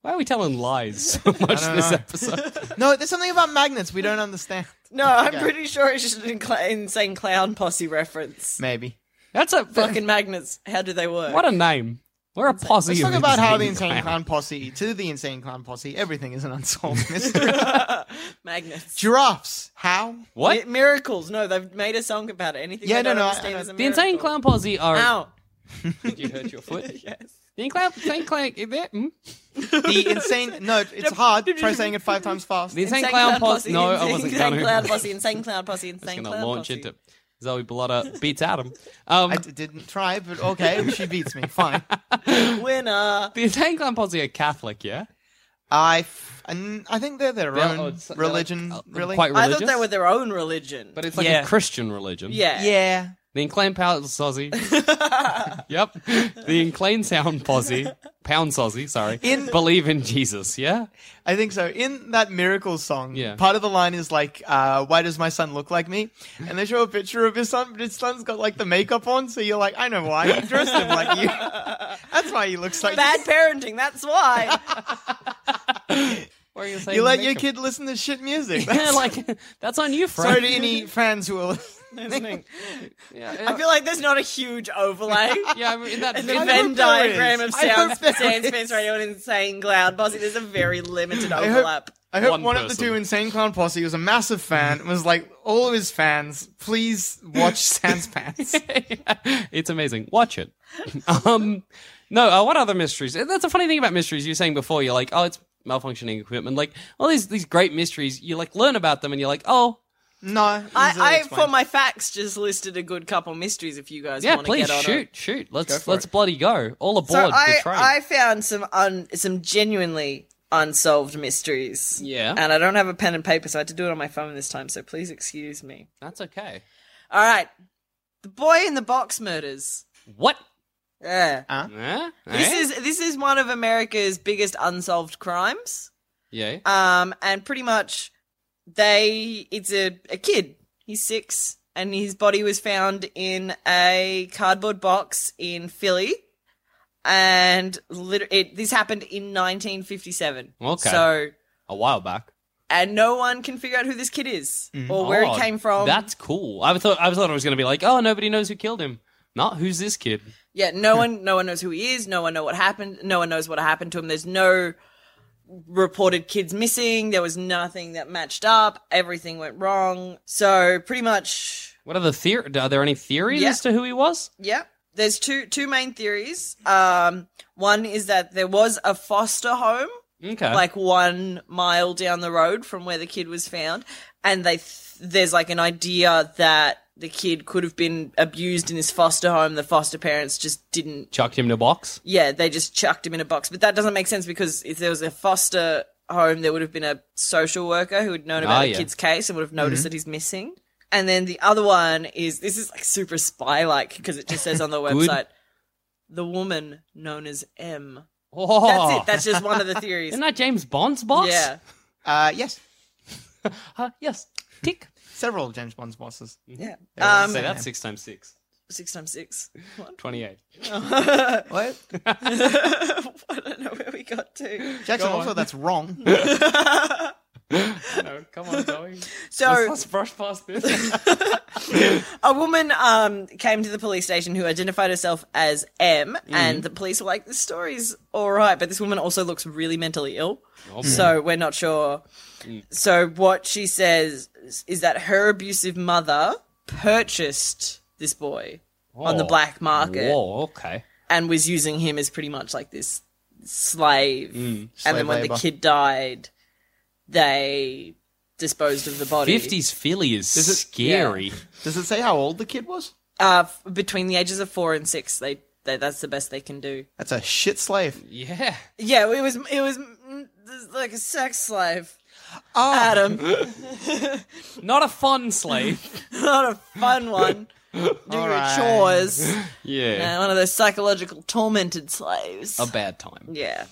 C: Why are we telling lies so much
F: don't
C: this
F: know.
C: episode?
F: No, there's something about magnets we don't understand.
D: No, I'm
F: Okay.
D: pretty sure it's just an incla- insane clown posse reference.
F: Maybe.
C: That's a
D: Fucking magnets. How do they work?
C: what a name. We're a posse.
F: Let's
C: of
F: talk about how the
C: insane
F: Insane
C: clown-
F: Clown Posse, to the Insane Clown Posse, everything is an unsolved mystery.
D: magnets.
F: Giraffes. How?
C: What?
D: Mi- miracles. No, they've made a song about it. Anything
F: Yeah, no,
D: they don't
F: no, I-
D: understand
F: I-
D: is a
C: the insane
D: miracle.
C: clown posse are.
D: Ow.
C: Did you hurt your foot? yes. The insane clown, insane clown, is that- hmm?
F: The insane. No, it's hard. Try saying it five times fast.
C: The insane, clown, posse. No, I
D: insane
C: wasn't
D: clown
C: going
D: clown
C: to.
D: posse, insane clown posse, insane
C: going
D: clown
C: to launch
D: posse.
C: into Zoe Bellotta beats Adam. Um,
F: I d- didn't try, but okay, she beats me. Fine.
D: Winner.
C: the insane clown posse are Catholic, yeah.
F: I, f- and I think they're their
C: They're-
F: own
C: oh, it's- they're
F: religion,
C: like, uh,
F: really.
C: quite
D: I
C: religious.
D: thought they were their own religion.
C: but it's like
F: Yeah.
C: a Christian religion.
D: yeah.
F: yeah.
C: The Inclaim Pound Sozzy. yep. The Inclaim Sound Posse. Pound Sozzy, sorry.
F: In-
C: Believe in Jesus, yeah?
F: I think so. In that Miracles song,
C: Yeah.
F: part of the line is like, uh, "Why does my son look like me?" And they show a picture of his son, but his son's got like the makeup on, so you're like, "I know why he dressed him like you. That's why he looks like."
D: Bad parenting. That's why.
C: Or you
F: you let your kid listen to shit music.
C: Yeah, like, that's on you,
F: Sorry
C: friend.
F: to any fans who are listening.
D: I feel like there's not a huge overlay.
C: yeah, I mean, in that
D: The
C: video-
D: Venn
F: there is.
D: diagram of
F: I
D: sound
F: hope there
D: Sans
F: is.
D: Pants Radio and Insane Clown Posse. There's a very limited
F: I hope-
D: overlap.
F: I hope
C: One
F: one, of the
C: person.
F: two Insane Clown Posse was a massive fan and was like, all of his fans, please watch Sans Pants.
C: it's amazing. Watch it. um, no, uh, what other mysteries? Uh, That's a funny thing about mysteries. You were saying before, you're like, oh, it's malfunctioning equipment. Like all these these great mysteries, you like learn about them, and you're like, oh,
F: No,
D: I, I for my facts just listed a good couple mysteries. If you guys
C: Yeah,
D: want to
C: please
D: get on
C: shoot,
D: it.
C: shoot.
D: Go
C: Let's
D: for
C: let's
D: it.
C: bloody go. All aboard
D: So I,
C: the train.
D: I found some un, some genuinely unsolved mysteries.
C: Yeah.
D: and I don't have a pen and paper, so I had to do it on my phone this time. So please excuse me.
C: That's okay.
D: All right, the boy in the box murders.
C: What?
D: Yeah.
C: Yeah.
D: This is this is one of America's biggest unsolved crimes.
C: yeah.
D: Um, and pretty much they it's a, a kid. He's six and his body was found in a cardboard box in Philly. And lit- it this happened in 1957.
C: Okay.
D: So
C: a while back.
D: and no one can figure out who this kid is or where
C: Oh,
D: he came from.
C: That's cool. I thought I thought it was going to be like, oh, nobody knows who killed him. Not who's this kid?
D: Yeah, no one no one knows who he is, no one know what happened, no one knows what happened to him. There's no reported kids missing, there was nothing that matched up, everything went wrong. So pretty much
C: What are the theor? Are there any theories
D: Yeah.
C: as to who he was?
D: yeah. There's two two main theories. Um one is that there was a foster home
C: Okay.
D: like 1 mile down the road from where the kid was found and they th- there's like an idea that the kid could have been abused in this foster home. The foster parents just didn't
C: chucked him in a box.
D: Yeah, they just chucked him in a box. But that doesn't make sense because if there was a foster home, there would have been a social worker who had known about
C: Ah,
D: the
C: yeah.
D: kid's case and would have noticed
C: Mhm.
D: that he's missing. And then the other one is this is like super spy like because it just says on the
C: Good.
D: website the woman known as M.
C: Oh.
D: That's it. That's just one of the theories.
C: Isn't that James Bond's boss?
D: Yeah.
F: Uh, yes.
C: uh, yes. Tick.
F: Several James Bond's bosses.
D: Yeah.
C: Yeah,
D: Um,
C: say that's six times six.
D: six times six. What?
C: 28.
F: What?
D: I don't know where we got to.
F: Jackson,
D: Go
F: also,
D: on.
F: that's wrong.
C: no, come on, Zoe.
D: So-
C: let's, let's brush past this.
D: a woman um, came to the police station who identified herself as M,
C: Mhm.
D: and the police were like, "This story's all right, but this woman also looks really mentally ill,
C: Oh, Mm.
D: so we're not sure." So what she says is that her abusive mother purchased this boy on the
C: Oh.
D: black market
C: Whoa, okay.
D: and was using him as pretty much like this slave.
C: Mm.
D: and then
C: Slave
D: when
C: labor.
D: the kid died, they disposed of the body.
C: 50s Philly is
D: Does it-
C: scary.
F: Does it say how old the kid was?
D: Uh, f- between the ages of four and six, they, they that's the best they can do.
F: That's a shit slave.
C: Yeah.
D: Yeah, it was it was mm, like a sex slave.
C: Oh.
D: Adam,
C: Not a fun slave.
D: not a fun one. Doing your chores.
C: Yeah.
D: Uh, one of those psychological tormented slaves.
C: A bad time.
D: yeah.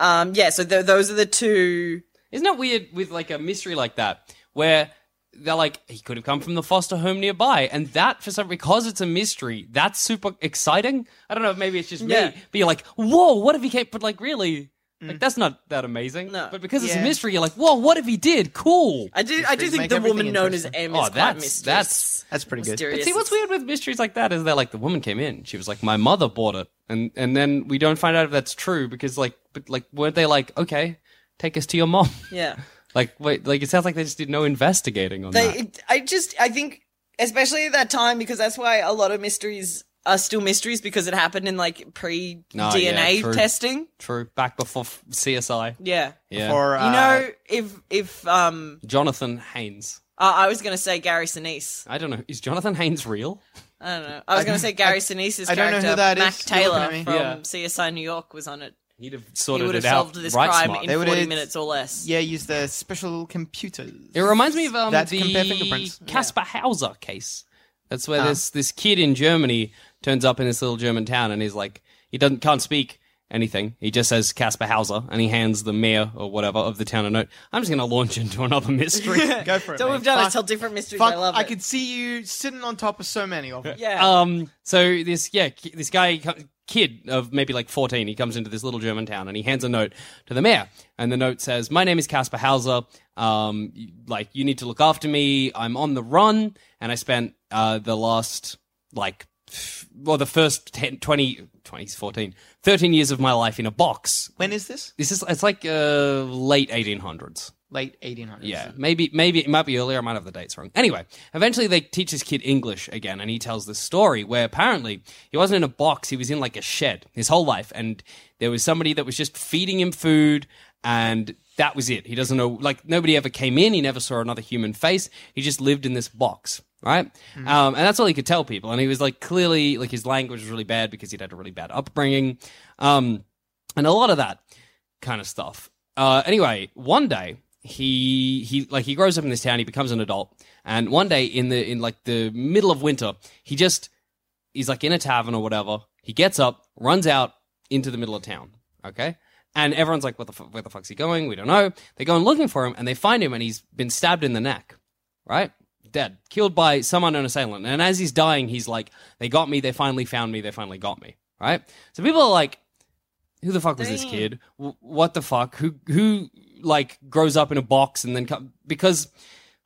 D: Um, yeah, so th- those are the two.
C: Isn't that weird with like a mystery like that where they're like he could have come from the foster home nearby and that for some because it's a mystery that's super exciting. I don't know maybe it's just
D: Yeah. Mm.
C: me but you're like whoa what if he came but like really like that's not that amazing.
D: No.
C: But because it's a
D: Yeah.
C: mystery you're like whoa what if he did cool.
D: I do. I do
F: Mysteries
D: think
F: make
D: the
F: everything
D: woman known as
F: interesting.
D: M is
C: Oh,
D: quite
C: that's-
D: mysterious.
C: that's-
F: That's pretty good.
C: But
D: mysterious.
C: see what's weird with mysteries like that is that like the woman came in she was like my mother bought it and and then we don't find out if that's true because like but like weren't they like okay take us to your mom
D: Yeah.
C: like wait like it sounds like they just did no investigating on
D: They,
C: that.
D: it, I just, I think, especially at that time, because that's why a lot of mysteries are still mysteries because it happened in like pre
C: No,
D: DNA
C: yeah, true.
D: testing.
C: True. Back before f- CSI.
D: Yeah.
C: Yeah.
F: For, uh,
D: you know, if if um,
C: Jonathan Haynes.
D: uh, I was gonna say Gary Sinise.
C: I don't know. Is Jonathan Haynes real?
D: I don't know. I was
F: I-
D: gonna say Gary Sinise's
F: I don't know
D: character,
F: who that is.
D: Mac
F: You're looking
D: Taylor
F: at me.
D: from
C: Yeah.
D: CSI New York, was on it.
C: He'd have
D: He
C: sorted
D: would have
C: it out.
D: solved this
C: right
D: crime
C: smart.
D: in
F: They would've-
D: forty minutes or less.
F: Yeah, use the special computers.
C: it reminds me of um,
F: That
C: the
F: compare fingerprints. Ah.
C: Casper Hauser case. That's where this this kid in Germany turns up in this little German town and he's like he doesn't can't speak anything. He just says Casper Hauser and he hands the mayor or whatever of the town a note. I'm just gonna launch into another mystery.
F: Go for it.
D: So
F: mate.
D: we've done
F: Fuck-
D: until different mysteries.
F: Fuck,
D: I love it.
F: I could see you sitting on top of so many of them.
D: yeah.
C: um so this yeah ki- this guy co- kid of maybe like 14 he comes into this little german town and he hands a note to the mayor and the note says my name is casper hauser um y- like you need to look after me i'm on the run and i spent uh the last like f- well the first 10 20 20 's 14 13 years of my life in a box
F: When is this?
C: this is it's like uh late 1800s
F: Late 1800s.
C: yeah, maybe maybe it might be earlier. I might have the dates wrong. Anyway, eventually they teach this kid English again, and he tells this story where apparently he wasn't in a box; he was in like a shed his whole life, and there was somebody that was just feeding him food and that was it. He doesn't know, like, nobody ever came in. He never saw another human face. He just lived in this box, right? Um, and that's all he could tell people. And he was like, clearly, like, his language was really bad because he'd had a really bad upbringing. Um, and a lot of that kind of stuff. Uh, anyway, one day he he like he grows up in this town. He becomes an adult, and one day in the in like the middle of winter, he just he's like in a tavern or whatever. He gets up, runs out into the middle of town. Okay. And everyone's like, what the fu- where the fuck's he going? We don't know. They go and looking for him, and they find him, and he's been stabbed in the neck, right? Dead, killed by some unknown assailant. And as he's dying, he's like, "They got me. They finally found me. They finally got me." Right? So people are like, who the fuck was this kid? W- what the fuck? Who who like grows up in a box and then co- because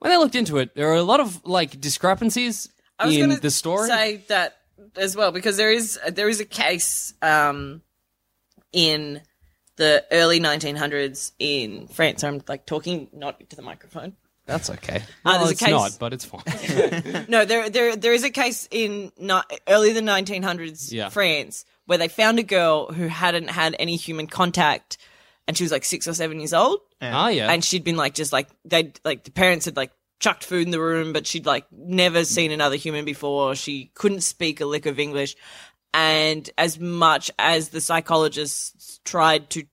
C: when they looked into it, there are a lot of like discrepancies
D: I was
C: in
D: gonna
C: the story.
D: Say that as well because there is there is a case um, in the early 1900s in France. I'm like talking not to the microphone.
C: That's okay.
D: Ah,
C: well,
D: there's a
C: it's
D: case-
C: not, but it's fine.
D: no, there there there is a case in ni- early the 1900s
C: Yeah.
D: France where they found a girl who hadn't had any human contact, and she was like six or seven years old.
C: Ah, yeah.
D: and she'd been like just like they like the parents had like chucked food in the room, but she'd like never seen another human before. She couldn't speak a lick of English, and as much as the psychologists tried to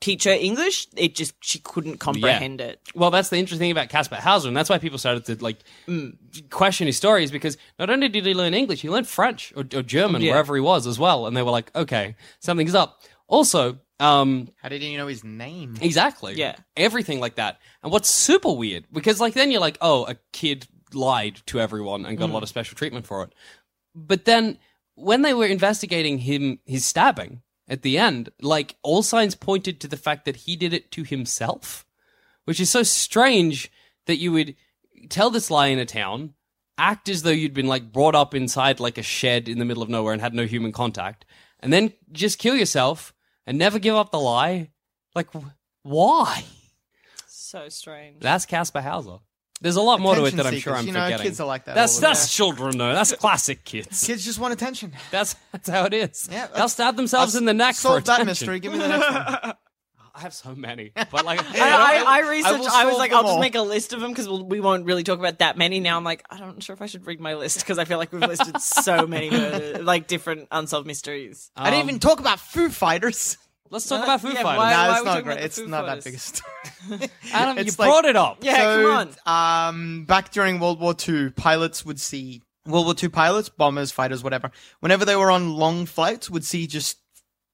D: teach her English, it just she couldn't comprehend it.
C: Well, that's the interesting thing about Casper Hauser, and that's why people started to like
D: Mm.
C: question his stories because not only did he learn English, he learned French or, or German
F: Yeah.
C: wherever he was as well, and they were like, okay, something's up. Also, um,
F: How did you know his name?
C: Exactly. Yeah. Everything like that. And what's super weird, because like then you're like, oh, a kid lied to everyone and got a lot
F: Mm.
C: of special treatment for it. But then when they were investigating him his stabbing at the end, like all signs pointed to the fact that he did it to himself. Which is so strange that you would tell this lie in a town, act as though you'd been like brought up inside like a shed in the middle of nowhere and had no human contact, and then just kill yourself and never give up the lie. Like, wh- why?
D: So strange.
C: That's Casper Hauser. There's a lot more to it
F: Attention
C: that I'm sure
F: seekers,
C: I'm
F: you know,
C: forgetting.
F: kids are like that
C: That's
F: all the
C: that's children though. That's classic kids.
F: Kids just want attention.
C: That's that's how it is.
F: Yeah,
C: They'll stab themselves in the neck for
F: Solve that
C: attention.
F: mystery. Give me the next one.
C: I have so many, but like
D: I, I, I researched.
C: will
D: I, was
C: solve
D: like,
C: them
D: I'll just
C: all.
D: make a list of them because we'll, we won't really talk about that many. Now I'm like, I'm not sure if I should read my list because I feel like we've listed so many murder, like different unsolved mysteries.
C: Um,
F: I didn't even talk about Foo Fighters.
C: Let's talk about Foo
D: yeah,
C: Fighters.
D: Why,
F: no,
D: why
F: it's
D: are we
F: not
D: talking
F: great.
D: about the
F: It's
D: Foo
F: not that
D: Fighters?
F: big a story.
C: Adam, you
F: It's like-
C: brought it up.
D: Yeah, come
F: on. Um, back during World War II, pilots would see World War II pilots, bombers, fighters, whatever. Whenever they were on long flights, would see just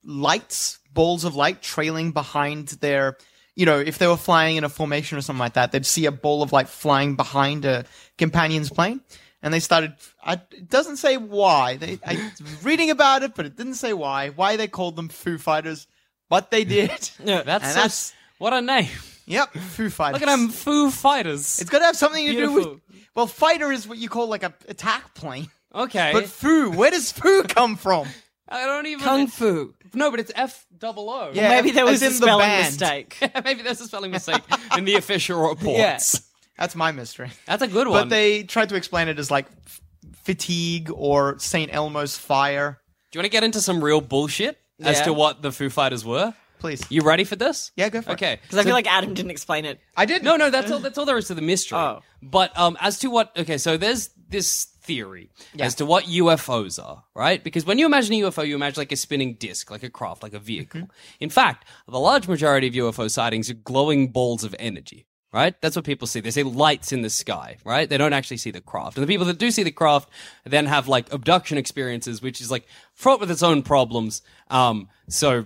F: lights, balls of light trailing behind their. You know, if they were flying in a formation or something like that, they'd see a ball of light flying behind a companion's plane, and they started. I, it doesn't say why. They, I was reading about it, but it didn't say why. Why they called them Foo Fighters, but they did.
C: Yeah, that's,
F: And
C: so-
F: that's-
C: what a name.
F: Yep, Foo Fighters.
C: Look at them Foo Fighters.
F: It's got to have something to do
C: Beautiful.
F: with. Well, fighter is what you call like a attack plane.
C: Okay.
F: But foo, where does foo come from?
C: I don't even
D: Kung Fu.
C: No, but it's F double O.
F: Yeah,
D: Maybe there
F: as
D: was a
F: in the
D: spelling
F: band.
D: mistake.
C: Maybe there's a spelling mistake in the official reports.
D: Yeah.
F: That's my mystery.
C: That's a good one.
F: But they tried to explain it as like f- fatigue or St. Elmo's fire.
C: Do you want to get into some real bullshit as
F: Yeah.
C: to what the Foo Fighters were?
F: Please.
C: You ready for this?
F: Yeah, go for it.
C: okay.
D: Because I feel like Adam didn't explain it.
F: I did.
C: No, no, that's all. That's all there is to the mystery. But um, as to what? Okay, so there's this theory as to what UFOs are, right? Because when you imagine a UFO, you imagine like a spinning disc, like a craft, like a vehicle. In fact, the large majority of UFO sightings are glowing balls of energy. Right? That's what people see. They see lights in the sky, right? They don't actually see the craft. And the people that do see the craft then have like abduction experiences, which is like fraught with its own problems. Um, so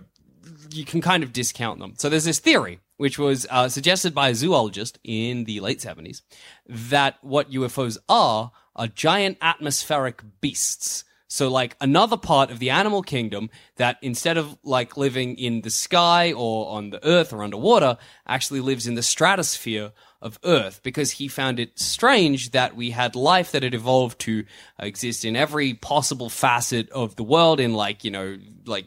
C: you can kind of discount them. So there's this theory, which was uh, suggested by a zoologist in the late 70s, that what UFOs are are giant atmospheric beasts. So, like another part of the animal kingdom that instead of like living in the sky or on the earth or underwater, actually lives in the stratosphere of Earth because he found it strange that we had life that had evolved to uh, exist in every possible facet of the world, in like, you know, like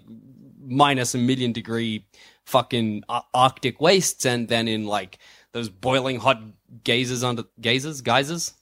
C: minus a million degree fucking ar- arctic wastes and then in like those boiling hot gazes under gazes geysers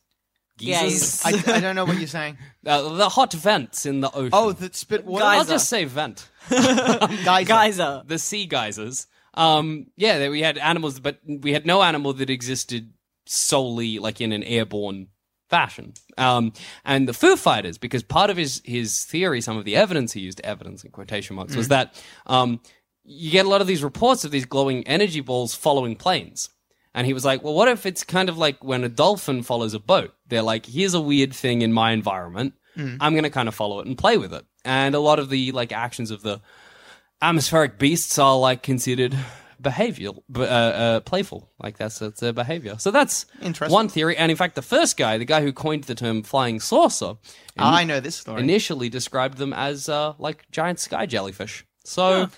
C: geysers
F: I, I don't know what you're saying.
C: uh, the hot vents in the ocean
F: Oh, that spit water.
C: i'll just say vent
F: Geyser.
D: Geyser.
C: the sea geysers Um, yeah, that we had animals, but we had no animal that existed solely like in an airborne fashion. Um, and the Foo Fighters, because part of his his theory, some of the evidence he used evidence in quotation marks was
B: Mhm.
C: that um, you get a lot of these reports of these glowing energy balls following planes. And he was like, well, what if it's kind of like when a dolphin follows a boat? They're like, here's a weird thing in my environment.
B: Mm.
C: I'm going to kind of follow it and play with it. And a lot of the like actions of the atmospheric beasts are like considered behavioral, b- uh, uh, playful. Like that's that's their behavior. So that's
F: Interesting.
C: one theory. And in fact, the first guy, the guy who coined the term flying saucer,
F: Ah, I know this story.
C: Initially described them as uh, like giant sky jellyfish. So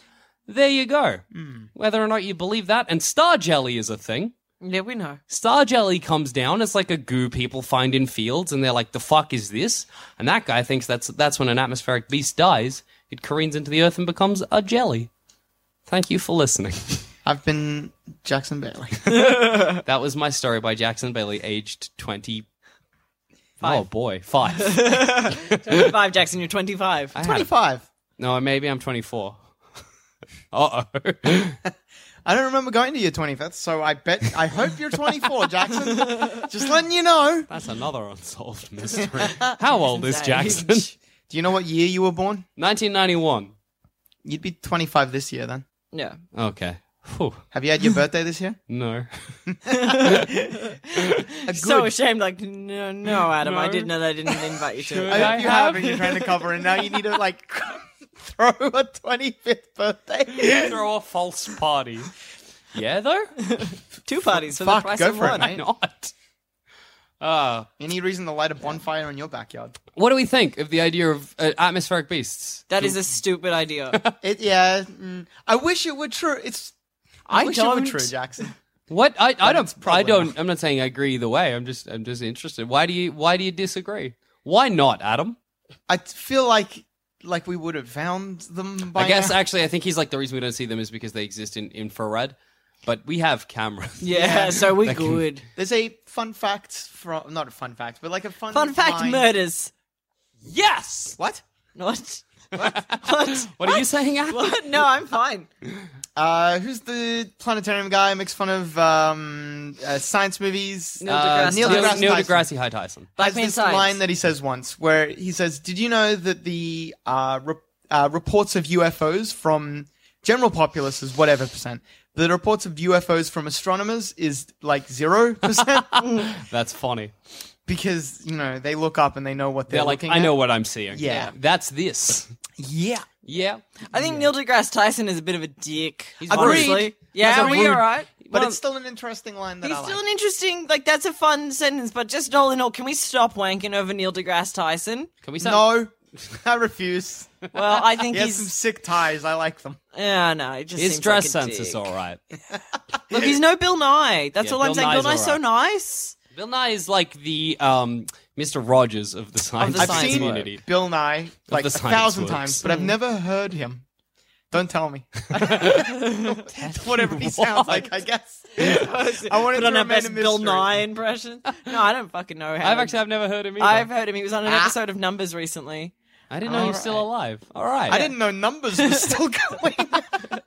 C: there you go.
F: Hmm.
C: Whether or not you believe that, and star jelly is a thing.
D: Yeah, we know.
C: Star jelly comes down. It's like a goo people find in fields, and they're like, "The fuck is this?" And that guy thinks that's that's when an atmospheric beast dies. It careens into the earth and becomes a jelly. Thank you for listening.
F: I've been Jackson Bailey.
C: that was my story by Jackson Bailey, aged twenty. Oh boy, five.
D: 25, Jackson, you're 25.
C: I had-
F: 25.
C: no, maybe I'm twenty-four. uh oh.
F: I don't remember going to your 25th, so I bet I hope you're 24, Jackson. Just letting you know.
C: That's another unsolved mystery. How old is Jackson?
F: Do you know what year you were born?
C: 1991.
F: You'd be 25 this year then.
D: Yeah.
C: Okay. Phew.
F: Have you had your birthday this year?
C: No.
D: So
F: good-
D: ashamed, like, no, no, Adam, I
F: No.
D: didn't know that I didn't invite you to.
F: I hope you have, and you're trying to cover, and now you need to like throw a 25th birthday.
C: Throw a false party. Yeah, though.
D: Two parties for
F: Fuck,
D: the price
F: go
D: of
F: for it,
D: one.
F: mate.
C: Not. Uh,
F: Any reason to light a bonfire in your backyard?
C: what do we think of the idea of uh, atmospheric beasts?
D: That is a stupid idea.
F: It, yeah, mm, I wish it were true. It's I,
D: I
F: wish it
D: don't.
F: were true, Jackson.
C: What I, I don't I
F: probably
C: don't I'm not saying I agree either way. I'm just I'm just interested. Why do you why do you disagree? Why not, Adam?
F: I t- feel like like we would have found them by
C: I guess
F: now.
C: actually I think he's like the reason we don't see them is because they exist in infrared, but we have cameras.
D: Yeah, so we
C: That can-
D: good.
F: There's a fun fact from not a fun fact, but like a fun
D: Fun fact
F: line-
D: murders.
C: Yes.
F: What?
D: What? What?
C: What are you saying, Adam?
D: What? No, I'm fine.
F: Uh, who's the planetarium guy? Makes fun of um, uh, science movies.
D: Neil
C: Uh,
D: deGrasse
C: Neil,
D: Tyson.
C: Neil
F: Tyson.
C: deGrasse High Tyson.
D: Black
F: There's
D: man
F: this
D: science.
F: line that he says once where he says, Did you know that the uh, re- uh, reports of UFOs from general populace is whatever percent? The reports of UFOs from astronomers is like zero percent
C: That's funny.
F: because, you know, they look up and they know what they're,
C: They're like,
F: looking
C: I
F: at.
C: know what I'm seeing.
F: Yeah.
C: That's this.
F: Yeah.
C: Yeah.
D: I think Neil deGrasse Tyson is a bit of a dick.
C: He's
D: honestly.
F: Agreed.
D: Yeah,
F: That's
D: are we
F: rude.
D: all right?
F: But
C: Well-
F: it's still an interesting line that
D: He's
F: I like.
D: still an interesting, like, that's a fun sentence, but just all in all, can we stop wanking over Neil deGrasse Tyson?
C: Can we say
F: no, I refuse.
D: Well, I think
F: He has some
D: he's.
F: sick ties. I like them.
D: Yeah, no, it just
C: his
D: seems
C: dress
D: like a
C: sense is
D: dick.
C: all right.
D: Look, he's no Bill Nye. That's
C: Yeah,
D: all I'm
C: Bill
D: saying.
C: Nye's
D: Bill Nye's
C: all
D: so
C: right.
D: nice.
C: Bill Nye is like the um, Mr. Rogers of the science,
F: I've
D: science Mm.
F: seen
C: community.
F: Bill Nye like
C: the
F: a
C: science
F: thousand
C: works.
F: times, but I've never heard him. Don't tell me. Whatever he sounds like, I guess. I wanted
D: Put
F: to
D: on our
F: remain
D: best
F: a
D: Bill
F: mystery.
D: Nye impression. No, I don't fucking know how.
C: I've actually I've never heard him either.
D: I've heard him. He was
F: Ah.
D: on an episode of Numbers recently.
C: I did not know he was still alive. All right.
F: I didn't know numbers were still going.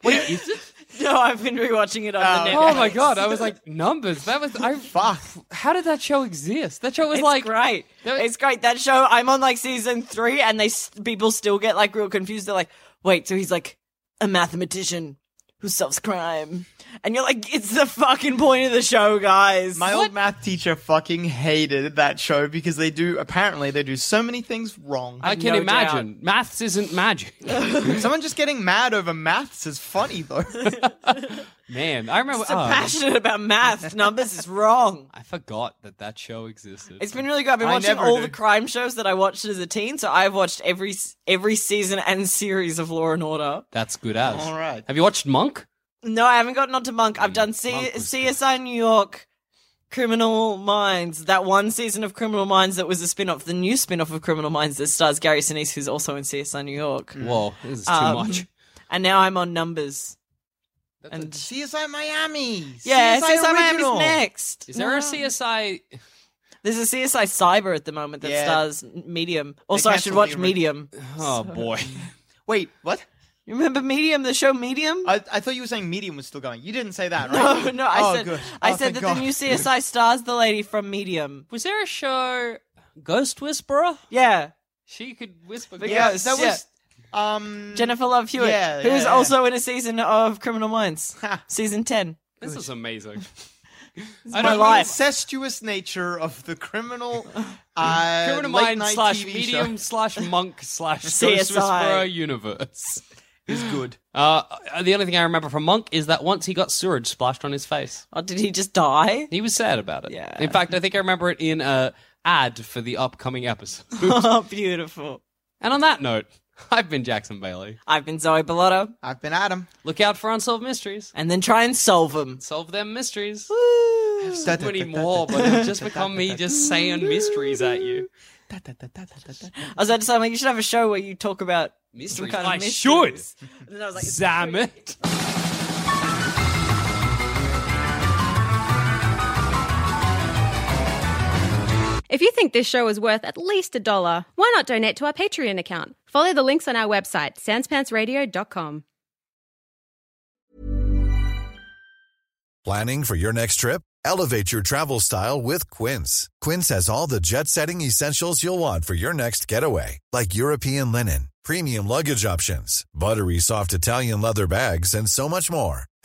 C: Wait, is it?
D: No, I've been rewatching it on the
C: Oh
D: Netflix.
C: my god! I was like numbers. That was I.
F: Uh, Fuck.
C: How did that show exist? That show was
D: It's
C: like
D: great.
C: There-
D: It's great. That show. I'm on like season three, and they s- people still get like real confused. They're like, "Wait, so he's like a mathematician who solves crime?" And you're like, "It's the fucking point of the show, guys."
F: My old math teacher fucking hated that show because they do apparently they do so many things wrong.
C: I can
D: no
C: imagine. Maths isn't magic,
F: Someone just getting mad over maths is funny though.
C: man. I remember.
D: so
C: oh,
D: passionate about math. Numbers is wrong.
C: I forgot that that show existed.
D: It's been really good. I've been
F: I
D: watching
F: never
D: all
F: do.
D: the crime shows that I watched as a teen, so I've watched every s- every season and series of Law and Order.
C: That's good as.
F: All right.
C: Have you watched Monk?
D: No, I haven't gotten onto Monk. I've done C-
C: Mm, Monk was good.
D: CSI New York, Criminal Minds. That one season of Criminal Minds that was a spin off, the new spin off of Criminal Minds that stars Gary Sinise, who's also in CSI New York.
C: Whoa, this is too
D: Um,
C: much.
D: And now I'm on Numbers. and
F: CSI Miami.
D: yeah, CSI,
F: original.
D: Miami's next.
C: Is there a CSI?
D: There's a CSI Cyber at the moment that
F: Yeah.
D: stars Medium. Also, I should
F: cancelled
D: watch
F: the ori-
D: Medium.
C: Oh boy.
F: Wait, what?
D: You remember Medium, the show Medium?
F: I, I thought you were saying Medium was still going. You didn't say that, right?
D: No, no, I
F: Oh,
D: said
F: good.
D: I
F: Oh,
D: said
F: thank
D: that
F: God.
D: the new CSI stars the lady from Medium.
C: Was there a show Ghost Whisperer?
D: Yeah.
C: She could whisper.
D: Yeah,
C: ghosts.
D: that was-
F: Um,
D: Jennifer Love Hewitt,
F: Yeah,
D: who's
F: yeah,
D: also in a season of Criminal Minds, season 10.
C: This is amazing.
D: I my don't- life.
F: The incestuous nature of the criminal, uh,
C: Criminal
F: late
C: Mind
F: night
C: slash
F: TV
C: medium slash monk slash Ghost
F: CSI.
C: Whisperer universe.
F: is good.
C: Uh, the only thing I remember from Monk is that once he got sewage splashed on his face.
D: Oh, did he just die?
C: He was sad about it.
D: Yeah.
C: In fact, I think I remember it in a ad for the upcoming episode.
D: oh, beautiful.
C: and on that note, I've been Jackson Bailey.
D: I've been Zoe Bellotto.
F: I've been Adam.
C: Look out for unsolved mysteries.
D: And then try and solve them.
C: Solve them mysteries. I have so many more, but it's just become me just saying mysteries at you.
D: I was about to say, I'm like, you should have a show where you talk about some
C: Mysteries.
D: kind of
C: I
D: mystery.
C: should.
D: And then I was like, it's-
C: Damn it.
H: If you think this show is worth at least a dollar, why not donate to our Patreon account? Follow the links on our website, sanspantsradio.com.
I: Planning for your next trip? Elevate your travel style with Quince. Quince has all the jet setting essentials you'll want for your next getaway, like European linen, premium luggage options, buttery soft Italian leather bags, and so much more.